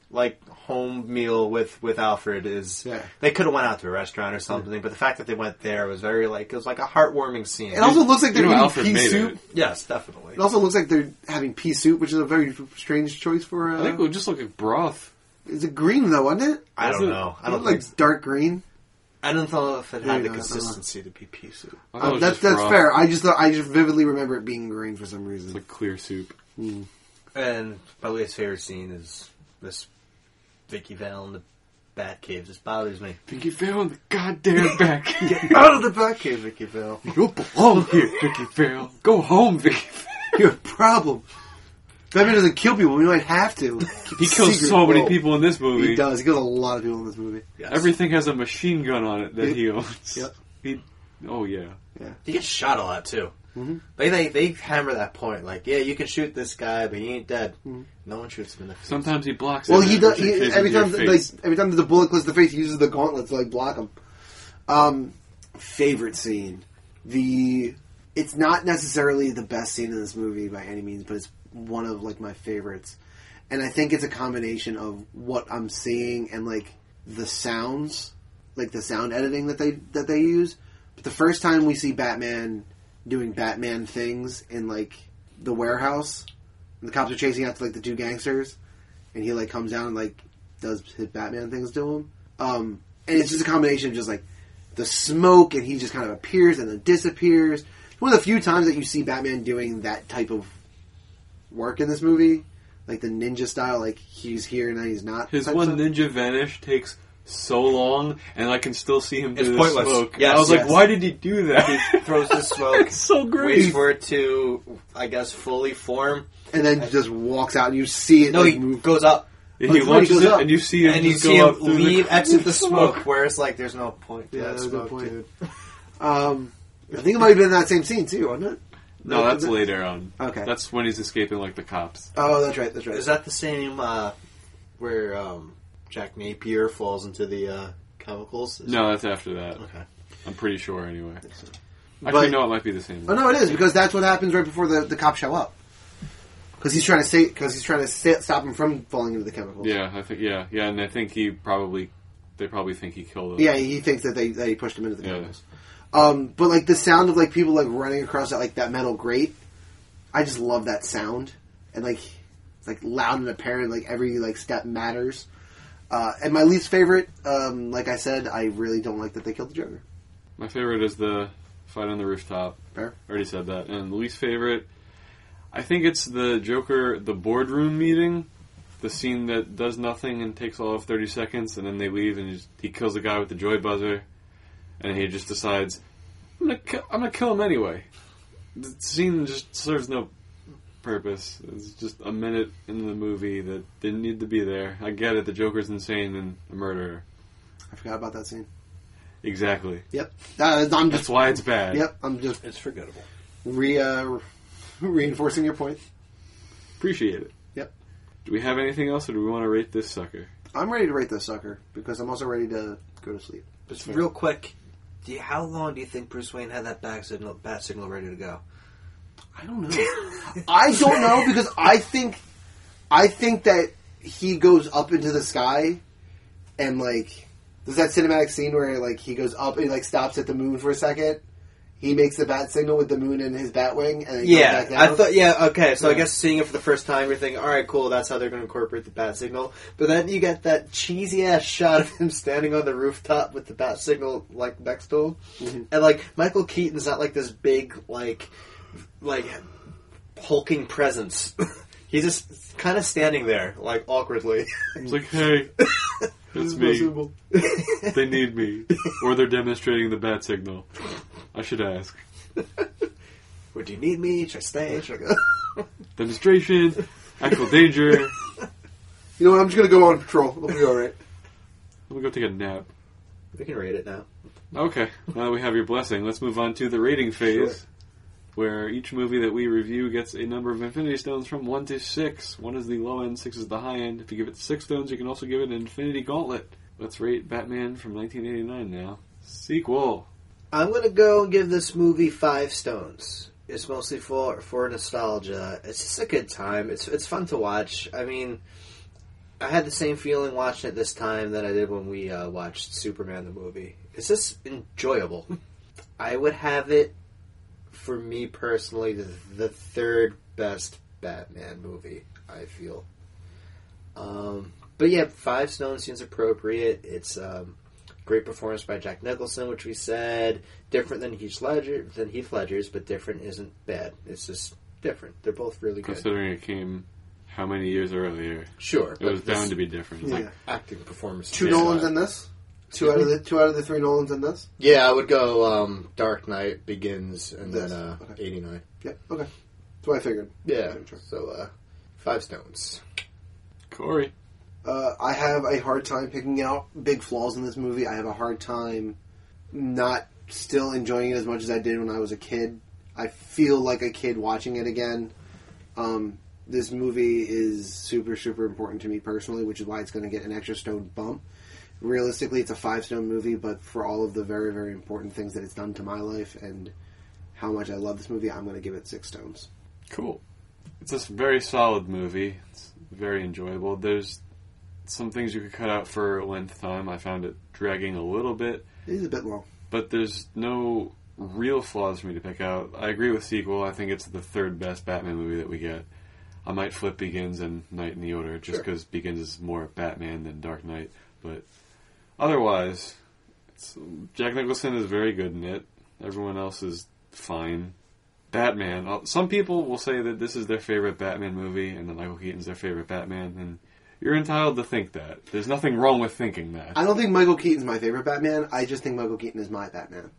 [SPEAKER 2] like home meal with with Alfred is
[SPEAKER 3] Yeah.
[SPEAKER 2] they could have went out to a restaurant or something, but the fact that they went there was very like it was like a heartwarming scene.
[SPEAKER 3] It also looks like
[SPEAKER 1] You
[SPEAKER 3] they're
[SPEAKER 1] know
[SPEAKER 3] eating
[SPEAKER 1] Alfred
[SPEAKER 3] pea
[SPEAKER 1] made
[SPEAKER 3] soup.
[SPEAKER 1] it.
[SPEAKER 3] It.
[SPEAKER 2] yes, definitely.
[SPEAKER 3] also looks like they're having pea soup, which is a very strange choice for. Uh,
[SPEAKER 1] I think it would just look like broth.
[SPEAKER 3] it's a green though, wasn't it?
[SPEAKER 2] I don't
[SPEAKER 1] Doesn't-
[SPEAKER 2] know. I
[SPEAKER 3] It
[SPEAKER 2] don't
[SPEAKER 3] looked
[SPEAKER 2] think.
[SPEAKER 3] like dark green.
[SPEAKER 2] I don't know if it
[SPEAKER 3] Yeah, I
[SPEAKER 2] had the
[SPEAKER 3] don't know.
[SPEAKER 2] consistency to be pea soup.
[SPEAKER 1] I thought it
[SPEAKER 3] Uh,
[SPEAKER 1] was
[SPEAKER 3] that's
[SPEAKER 1] just
[SPEAKER 3] that's
[SPEAKER 1] broth.
[SPEAKER 3] fair. I just thought, I just vividly remember it being green for some reason.
[SPEAKER 1] It's like clear soup.
[SPEAKER 2] And my least favorite scene is this Vicky Vale in the Batcave. This bothers me.
[SPEAKER 1] Pinky Fail in the goddamn back.
[SPEAKER 2] Out
[SPEAKER 3] Oh,
[SPEAKER 2] of the Batcave, Vicky Vale.
[SPEAKER 3] you belong here.
[SPEAKER 1] Vicky Fail. Go home, Vicky
[SPEAKER 3] You're a problem. Batman doesn't kill people. We might have to.
[SPEAKER 1] He kills
[SPEAKER 3] Secret
[SPEAKER 1] so many
[SPEAKER 3] world.
[SPEAKER 1] people in this movie.
[SPEAKER 3] He does. He kills a lot of people in this movie.
[SPEAKER 2] Yes.
[SPEAKER 1] Everything has a machine gun on it that he owns.
[SPEAKER 3] Yep.
[SPEAKER 1] He, oh yeah.
[SPEAKER 2] He gets shot a lot too.
[SPEAKER 3] Mhm.
[SPEAKER 2] They, they they hammer that point like yeah you can shoot this guy but he ain't dead. No one shoots him in the face.
[SPEAKER 1] Sometimes he blocks.
[SPEAKER 3] Well,
[SPEAKER 1] it,
[SPEAKER 3] he
[SPEAKER 1] which
[SPEAKER 3] does.
[SPEAKER 1] in
[SPEAKER 3] He,
[SPEAKER 1] case
[SPEAKER 3] every
[SPEAKER 1] is your
[SPEAKER 3] time, like
[SPEAKER 1] face.
[SPEAKER 3] every time that the bullet clips the face, he uses the gauntlet to like block him. Um, favorite scene. The it's not necessarily the best scene in this movie by any means, but it's one of like my favorites, and I think it's a combination of what I'm seeing and like the sounds, like the sound editing that they that they use. But the first time we see Batman doing Batman things in like the warehouse, and the cops are chasing after like the two gangsters and he like comes down and like does his Batman things to him. Um, and it's just a combination of just like the smoke, and he just kind of appears and then disappears. It's one of the few times that you see Batman doing that type of work in this movie, like the ninja style, like he's here and then he's not.
[SPEAKER 1] his
[SPEAKER 3] type
[SPEAKER 1] one
[SPEAKER 3] stuff.
[SPEAKER 1] ninja vanish takes so long, and I can still see him. Do
[SPEAKER 2] It's
[SPEAKER 1] the
[SPEAKER 2] pointless.
[SPEAKER 1] Smoke.
[SPEAKER 2] Yes,
[SPEAKER 1] I was
[SPEAKER 2] yes.
[SPEAKER 1] like, why did he do that?
[SPEAKER 2] He throws the smoke.
[SPEAKER 1] it's so
[SPEAKER 2] waits
[SPEAKER 1] great.
[SPEAKER 2] for it to I guess fully form.
[SPEAKER 3] and then just walks out, and you see it.
[SPEAKER 2] No,
[SPEAKER 3] like,
[SPEAKER 2] he
[SPEAKER 3] move.
[SPEAKER 2] goes up
[SPEAKER 1] And he
[SPEAKER 3] Oh, he
[SPEAKER 1] launches
[SPEAKER 3] goes
[SPEAKER 1] it,
[SPEAKER 3] up.
[SPEAKER 1] and you see him
[SPEAKER 2] and you
[SPEAKER 1] just
[SPEAKER 2] see
[SPEAKER 1] go
[SPEAKER 2] him
[SPEAKER 1] up through
[SPEAKER 2] leave,
[SPEAKER 1] the
[SPEAKER 2] exit the smoke. Where it's like there's no point. To
[SPEAKER 3] Yeah,
[SPEAKER 2] that
[SPEAKER 3] that's a good
[SPEAKER 2] smoke,
[SPEAKER 3] point.
[SPEAKER 2] dude.
[SPEAKER 3] Um, I think it might have been that same scene too, wasn't it?
[SPEAKER 1] No, that's later on.
[SPEAKER 3] Okay.
[SPEAKER 1] that's when he's escaping like the cops.
[SPEAKER 3] Oh, that's right. That's right.
[SPEAKER 2] Is that the same uh, where um, Jack Napier falls into the uh, chemicals? Is-
[SPEAKER 1] No, that's after that.
[SPEAKER 2] Okay.
[SPEAKER 1] I'm pretty sure, anyway.
[SPEAKER 3] But-
[SPEAKER 1] Actually, no, it might be the same.
[SPEAKER 3] Oh no, it is because that's what happens right before the, the cops show up. Because he's trying to say, because he's trying to sa stop him from falling into the chemicals.
[SPEAKER 1] Yeah, I think. Yeah, yeah, and I think he probably, they probably think he killed him.
[SPEAKER 3] Yeah, he thinks that they that he pushed him into the
[SPEAKER 1] Yeah.
[SPEAKER 3] chemicals. Um, but like the sound of like people like running across that like that metal grate, I just love that sound and like it's, like loud and apparent. Like every like step matters. Uh, and my least favorite, um, like I said, I really don't like that they killed the Joker.
[SPEAKER 1] My favorite is the fight on the rooftop.
[SPEAKER 3] Fair.
[SPEAKER 1] Already said that. And the least favorite, I think it's the Joker, the boardroom meeting, the scene that does nothing and takes all of 30 seconds, and then they leave, and he, just- he kills a guy with the joy buzzer, and he just decides, I'm gonna, ki- I'm gonna kill him anyway. The scene just serves no purpose. It's just a minute in the movie that didn't need to be there. I get it, the Joker's insane and a murderer.
[SPEAKER 3] I forgot about that scene.
[SPEAKER 1] Exactly.
[SPEAKER 3] Yep, Uh, I'm
[SPEAKER 1] That's
[SPEAKER 3] just.
[SPEAKER 1] why it's bad.
[SPEAKER 3] Yep, I'm just
[SPEAKER 2] It's forgettable.
[SPEAKER 3] re uh, reinforcing your point.
[SPEAKER 1] Appreciate it.
[SPEAKER 3] Yep.
[SPEAKER 1] Do we have anything else, or do we want to rate this sucker?
[SPEAKER 3] I'm ready to rate this sucker because I'm also ready to go to sleep.
[SPEAKER 2] Just real quick, do you, how long do you think Bruce Wayne had that bat signal, bat signal ready to go?
[SPEAKER 3] I don't know. I don't know because I think I think that he goes up into the sky and like there's that cinematic scene where like he goes up and like stops at the moon for a second. He makes the bat signal with the moon and his bat wing and then he goes
[SPEAKER 2] Yeah,
[SPEAKER 3] back
[SPEAKER 2] I
[SPEAKER 3] down.
[SPEAKER 2] thought. Yeah, okay. So I
[SPEAKER 3] Yeah.
[SPEAKER 2] guess seeing it for the first time, you're thinking, "All right, cool. That's how they're going to incorporate the bat signal." But then you get that cheesy ass shot of him standing on the rooftop with the bat signal like next to him,
[SPEAKER 3] Mm-hmm.
[SPEAKER 2] and like Michael Keaton's not like this big like like hulking presence. He's just kind of standing there like awkwardly.
[SPEAKER 1] It's like, hey, it's me. They need me, or they're demonstrating the bat signal. I should ask.
[SPEAKER 2] Would you need me? Should I stay? Should I go?
[SPEAKER 1] Demonstration, actual danger. I'm
[SPEAKER 3] you know what? I'm just gonna go on patrol. It'll be all right.
[SPEAKER 1] gonna go take a nap.
[SPEAKER 2] We can rate it now.
[SPEAKER 1] Okay, now that we have your blessing, let's move on to the rating phase, where each movie that we review gets a number of Infinity Stones from 1 to 6. 1 is the low end, 6 is the high end. If you give it 6 stones, you can also give it an Infinity Gauntlet. Let's rate Batman from 1989 now. Sequel.
[SPEAKER 2] I'm gonna go and give this movie five stones. It's mostly for for nostalgia. It's just a good time. It's it's fun to watch. I mean, I had the same feeling watching it this time that I did when we uh, watched Superman the movie. It's just enjoyable. I would have it for me personally the, the third best Batman movie. I feel. Um, but yeah, Five Stone seems appropriate. It's um, great performance by Jack Nicholson, which we said different than Heath Ledger than Heath Ledger's, but different isn't bad. It's just different. They're both really good.
[SPEAKER 1] Considering it came how many years earlier,
[SPEAKER 2] Sure,
[SPEAKER 1] it was
[SPEAKER 2] but this
[SPEAKER 1] bound to be different. It's like,
[SPEAKER 3] Yeah.
[SPEAKER 2] acting performance.
[SPEAKER 3] Two
[SPEAKER 1] Yeah.
[SPEAKER 3] Nolans in this. Two out of the two out of the three Nolans in this.
[SPEAKER 2] Yeah, I would go um, Dark Knight Begins and
[SPEAKER 3] This.
[SPEAKER 2] then uh, eighty nine.
[SPEAKER 3] Yep. Okay. That's what I figured.
[SPEAKER 2] Yeah,
[SPEAKER 3] Sure.
[SPEAKER 2] so uh, five stones.
[SPEAKER 1] Corey,
[SPEAKER 3] Uh, I have a hard time picking out big flaws in this movie. I have a hard time not still enjoying it as much as I did when I was a kid. I feel like a kid watching it again. Um, this movie is super, super important to me personally, which is why it's going to get an extra stone bump. Realistically, it's a five stone movie, but for all of the very, very important things that it's done to my life and how much I love this movie, I'm going to give it six stones.
[SPEAKER 1] cool. It's a very solid movie. It's very enjoyable. There's some things you could cut out for length time. I found it dragging a little bit.
[SPEAKER 3] It is a bit long.
[SPEAKER 1] but there's no real flaws for me to pick out. I agree with sequel. I think it's the third best Batman movie that we get. I might flip Begins and Night in the Order just because Begins is more Batman than Dark Knight, but otherwise, it's, Jack Nicholson is very good in it. Everyone else is fine. Batman. uh, Some people will say that this is their favorite Batman movie, and that Michael Keaton's their favorite Batman, and you're entitled to think that. There's nothing wrong with thinking that.
[SPEAKER 3] I don't think Michael Keaton's my favorite Batman. I just think Michael Keaton is my Batman.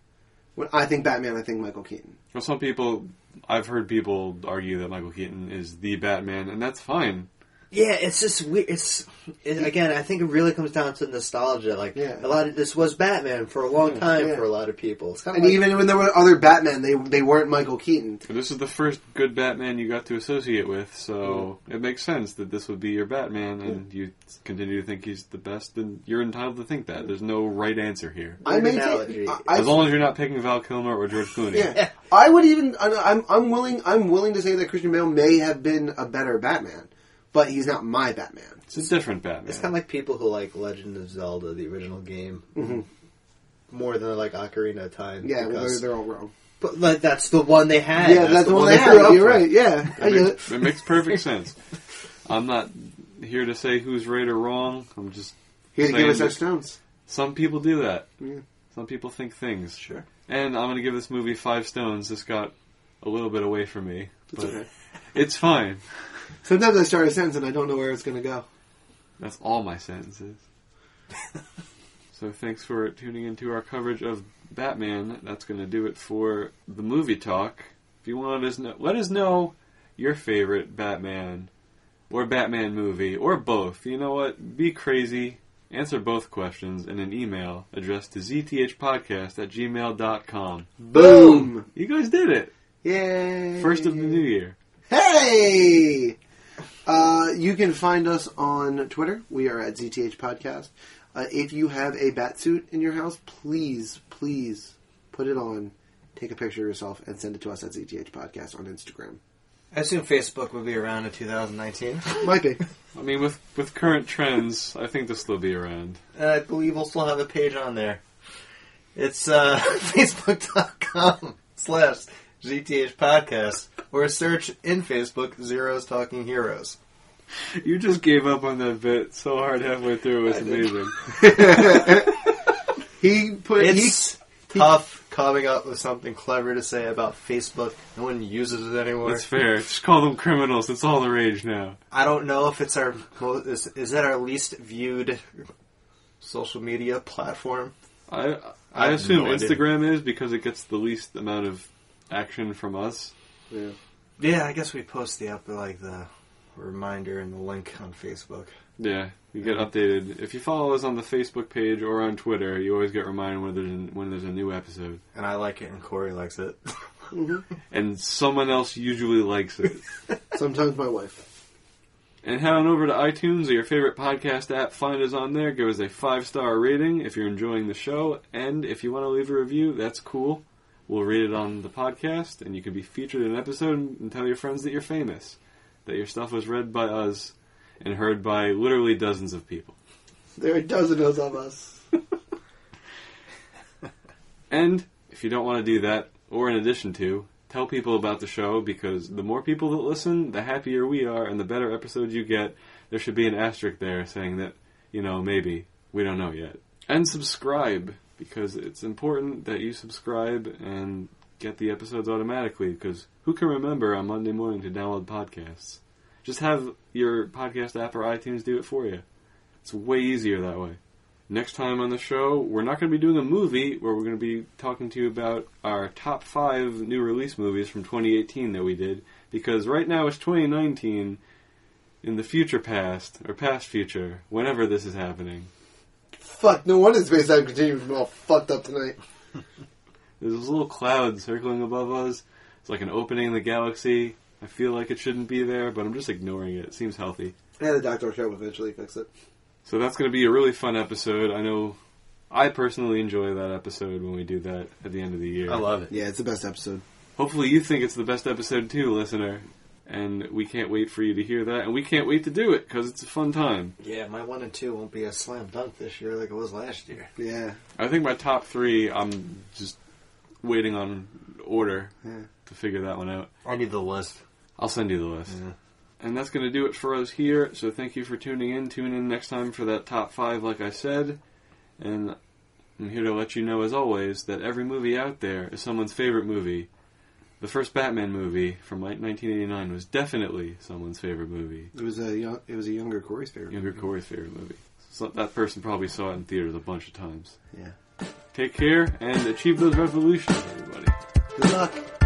[SPEAKER 3] When I think Batman, I think Michael Keaton.
[SPEAKER 1] Well, some people, I've heard people argue that Michael Keaton is the Batman, and that's fine.
[SPEAKER 2] Yeah, it's just weird. It's it, again, I think it really comes down to nostalgia. Like
[SPEAKER 3] Yeah. Hmm.
[SPEAKER 2] a lot of this was Batman for a long time
[SPEAKER 3] yeah.
[SPEAKER 2] for a lot of people. It's kind of
[SPEAKER 3] And even when there were other Batman, they they weren't Michael Keaton.
[SPEAKER 1] But This is the first good Batman you got to associate with, so it makes sense that this would be your Batman, and you continue to think he's the best, and you're entitled to think that. There's no right answer here.
[SPEAKER 3] I
[SPEAKER 2] Weird
[SPEAKER 3] maintain.
[SPEAKER 2] analogy.
[SPEAKER 3] I,
[SPEAKER 1] As
[SPEAKER 3] I,
[SPEAKER 1] long as you're not picking Val Kilmer or George Clooney.
[SPEAKER 3] yeah, I would even. I, I'm I'm willing. I'm willing to say that Christian Bale may have been a better Batman, but he's not my Batman.
[SPEAKER 1] It's a different Batman.
[SPEAKER 2] It's kind of like people who like Legend of Zelda, the original game, more than they like Ocarina of Time.
[SPEAKER 3] Mm-hmm. Yeah, well, they're,
[SPEAKER 2] because-
[SPEAKER 3] they're all wrong.
[SPEAKER 2] but like that's the one they had.
[SPEAKER 3] Yeah, that's, the one they
[SPEAKER 2] grew
[SPEAKER 3] had.
[SPEAKER 2] up
[SPEAKER 3] You're
[SPEAKER 2] with.
[SPEAKER 3] right. Yeah, I
[SPEAKER 1] it,
[SPEAKER 3] get
[SPEAKER 1] makes,
[SPEAKER 3] it.
[SPEAKER 1] it makes perfect sense. I'm not here to say who's right or wrong. I'm just
[SPEAKER 3] Here to give us
[SPEAKER 1] Saying
[SPEAKER 3] our
[SPEAKER 1] that-
[SPEAKER 3] stones.
[SPEAKER 1] Some people do that.
[SPEAKER 3] Yeah.
[SPEAKER 1] Some people think things. Sure. And I'm going to give this movie five stones. This got a little bit away from me.
[SPEAKER 3] It's
[SPEAKER 1] but
[SPEAKER 3] okay.
[SPEAKER 1] It's fine.
[SPEAKER 3] Sometimes I start a sentence and I don't know where it's going to go.
[SPEAKER 1] That's all my sentences. so thanks for tuning into our coverage of Batman. That's going to do it for the movie talk. If you want us know, let us know your favorite Batman or Batman movie or both. You know what? Be crazy. Answer both questions in an email addressed to zthpodcast at gmail.com.
[SPEAKER 3] Boom.
[SPEAKER 1] You guys did it!
[SPEAKER 3] Yay!
[SPEAKER 1] First of the new year.
[SPEAKER 3] Hey! Uh, you can find us on Twitter. We are at ZTH Podcast. Uh, if you have a bat suit in your house, please, please put it on. Take a picture of yourself and send it to us at ZTH Podcast on Instagram.
[SPEAKER 2] I assume Facebook would be around in 2019.
[SPEAKER 3] Might be.
[SPEAKER 1] I mean, with, with current trends, I think this will be around.
[SPEAKER 2] And Uh, I believe we'll still have a page on there. It's uh, facebook.com slash GTH podcast or search in Facebook Zeros Talking Heroes.
[SPEAKER 1] You just gave up on that bit so hard halfway through. It's amazing.
[SPEAKER 3] He put. he-
[SPEAKER 2] It's tough coming up with something clever to say about Facebook. No one uses it anymore.
[SPEAKER 1] That's fair. Just call them criminals. It's all the rage now.
[SPEAKER 2] I don't know if it's our mo- is, is that our least viewed social media platform.
[SPEAKER 1] I I,
[SPEAKER 2] I have
[SPEAKER 1] assume
[SPEAKER 2] no idea.
[SPEAKER 1] Instagram is because it gets the least amount of action from us.
[SPEAKER 3] Yeah.
[SPEAKER 2] Yeah, I guess we post the up like the reminder and the link on Facebook.
[SPEAKER 1] Yeah, you get updated if you follow us on the Facebook page or on Twitter. You always get reminded when there's when there's a new episode,
[SPEAKER 2] And I like it and Corey likes it.
[SPEAKER 3] Mm-hmm.
[SPEAKER 1] and someone else usually likes it.
[SPEAKER 3] Sometimes my wife.
[SPEAKER 1] And head on over to iTunes or your favorite podcast app. Find us on there. Give us a five star rating if you're enjoying the show. And if you want to leave a review, that's cool. We'll read it on the podcast, and you can be featured in an episode and tell your friends that you're famous, that your stuff was read by us, and heard by literally dozens of people.
[SPEAKER 4] There are dozens of us.
[SPEAKER 1] And if you don't want to do that, or in addition to, tell people about the show because the more people that listen, the happier we are and the better episodes you get. There should be an asterisk there saying that, you know, maybe. We don't know yet. And subscribe because it's important that you subscribe and get the episodes automatically because who can remember on Monday morning to download podcasts? Just have your podcast app or iTunes do it for you. It's way easier that way. Next time on the show, we're not going to be doing a movie where we're going to be talking to you about our top five new release movies from 2018 that we did, because right now it's 2019 in the future past, or past future, whenever this is happening.
[SPEAKER 3] Fuck, no wonder Space Time Continuum is all fucked up tonight.
[SPEAKER 1] There's this little cloud circling above us. It's like an opening in the galaxy. I feel like it shouldn't be there, but I'm just ignoring it. It seems healthy.
[SPEAKER 3] And the Doctor Show will eventually fix it.
[SPEAKER 1] So that's going to be a really fun episode. I know I personally enjoy that episode when we do that at the end of the year.
[SPEAKER 2] I love it.
[SPEAKER 3] Yeah, it's the best episode.
[SPEAKER 1] Hopefully, you think it's the best episode too, listener. And we can't wait for you to hear that, and we can't wait to do it because it's a fun time.
[SPEAKER 2] Yeah, my one and two won't be a slam dunk this year like it was last year.
[SPEAKER 3] Yeah.
[SPEAKER 1] I think my top three, I'm just waiting on order
[SPEAKER 3] Yeah.
[SPEAKER 1] to figure that one out.
[SPEAKER 2] I need the list.
[SPEAKER 1] I'll send you the list.
[SPEAKER 2] Yeah.
[SPEAKER 1] And that's going to do it for us here. So thank you for tuning in. Tune in next time for that top five, like I said. And I'm here to let you know, as always, that every movie out there is someone's favorite movie. The first Batman movie from like 1989 was definitely someone's favorite movie.
[SPEAKER 3] It was a young, it was a younger Corey's favorite.
[SPEAKER 1] Younger Corey's favorite movie. So that person probably saw it in theaters a bunch of times.
[SPEAKER 3] Yeah.
[SPEAKER 1] Take care and achieve those revolutions, everybody.
[SPEAKER 3] Good luck.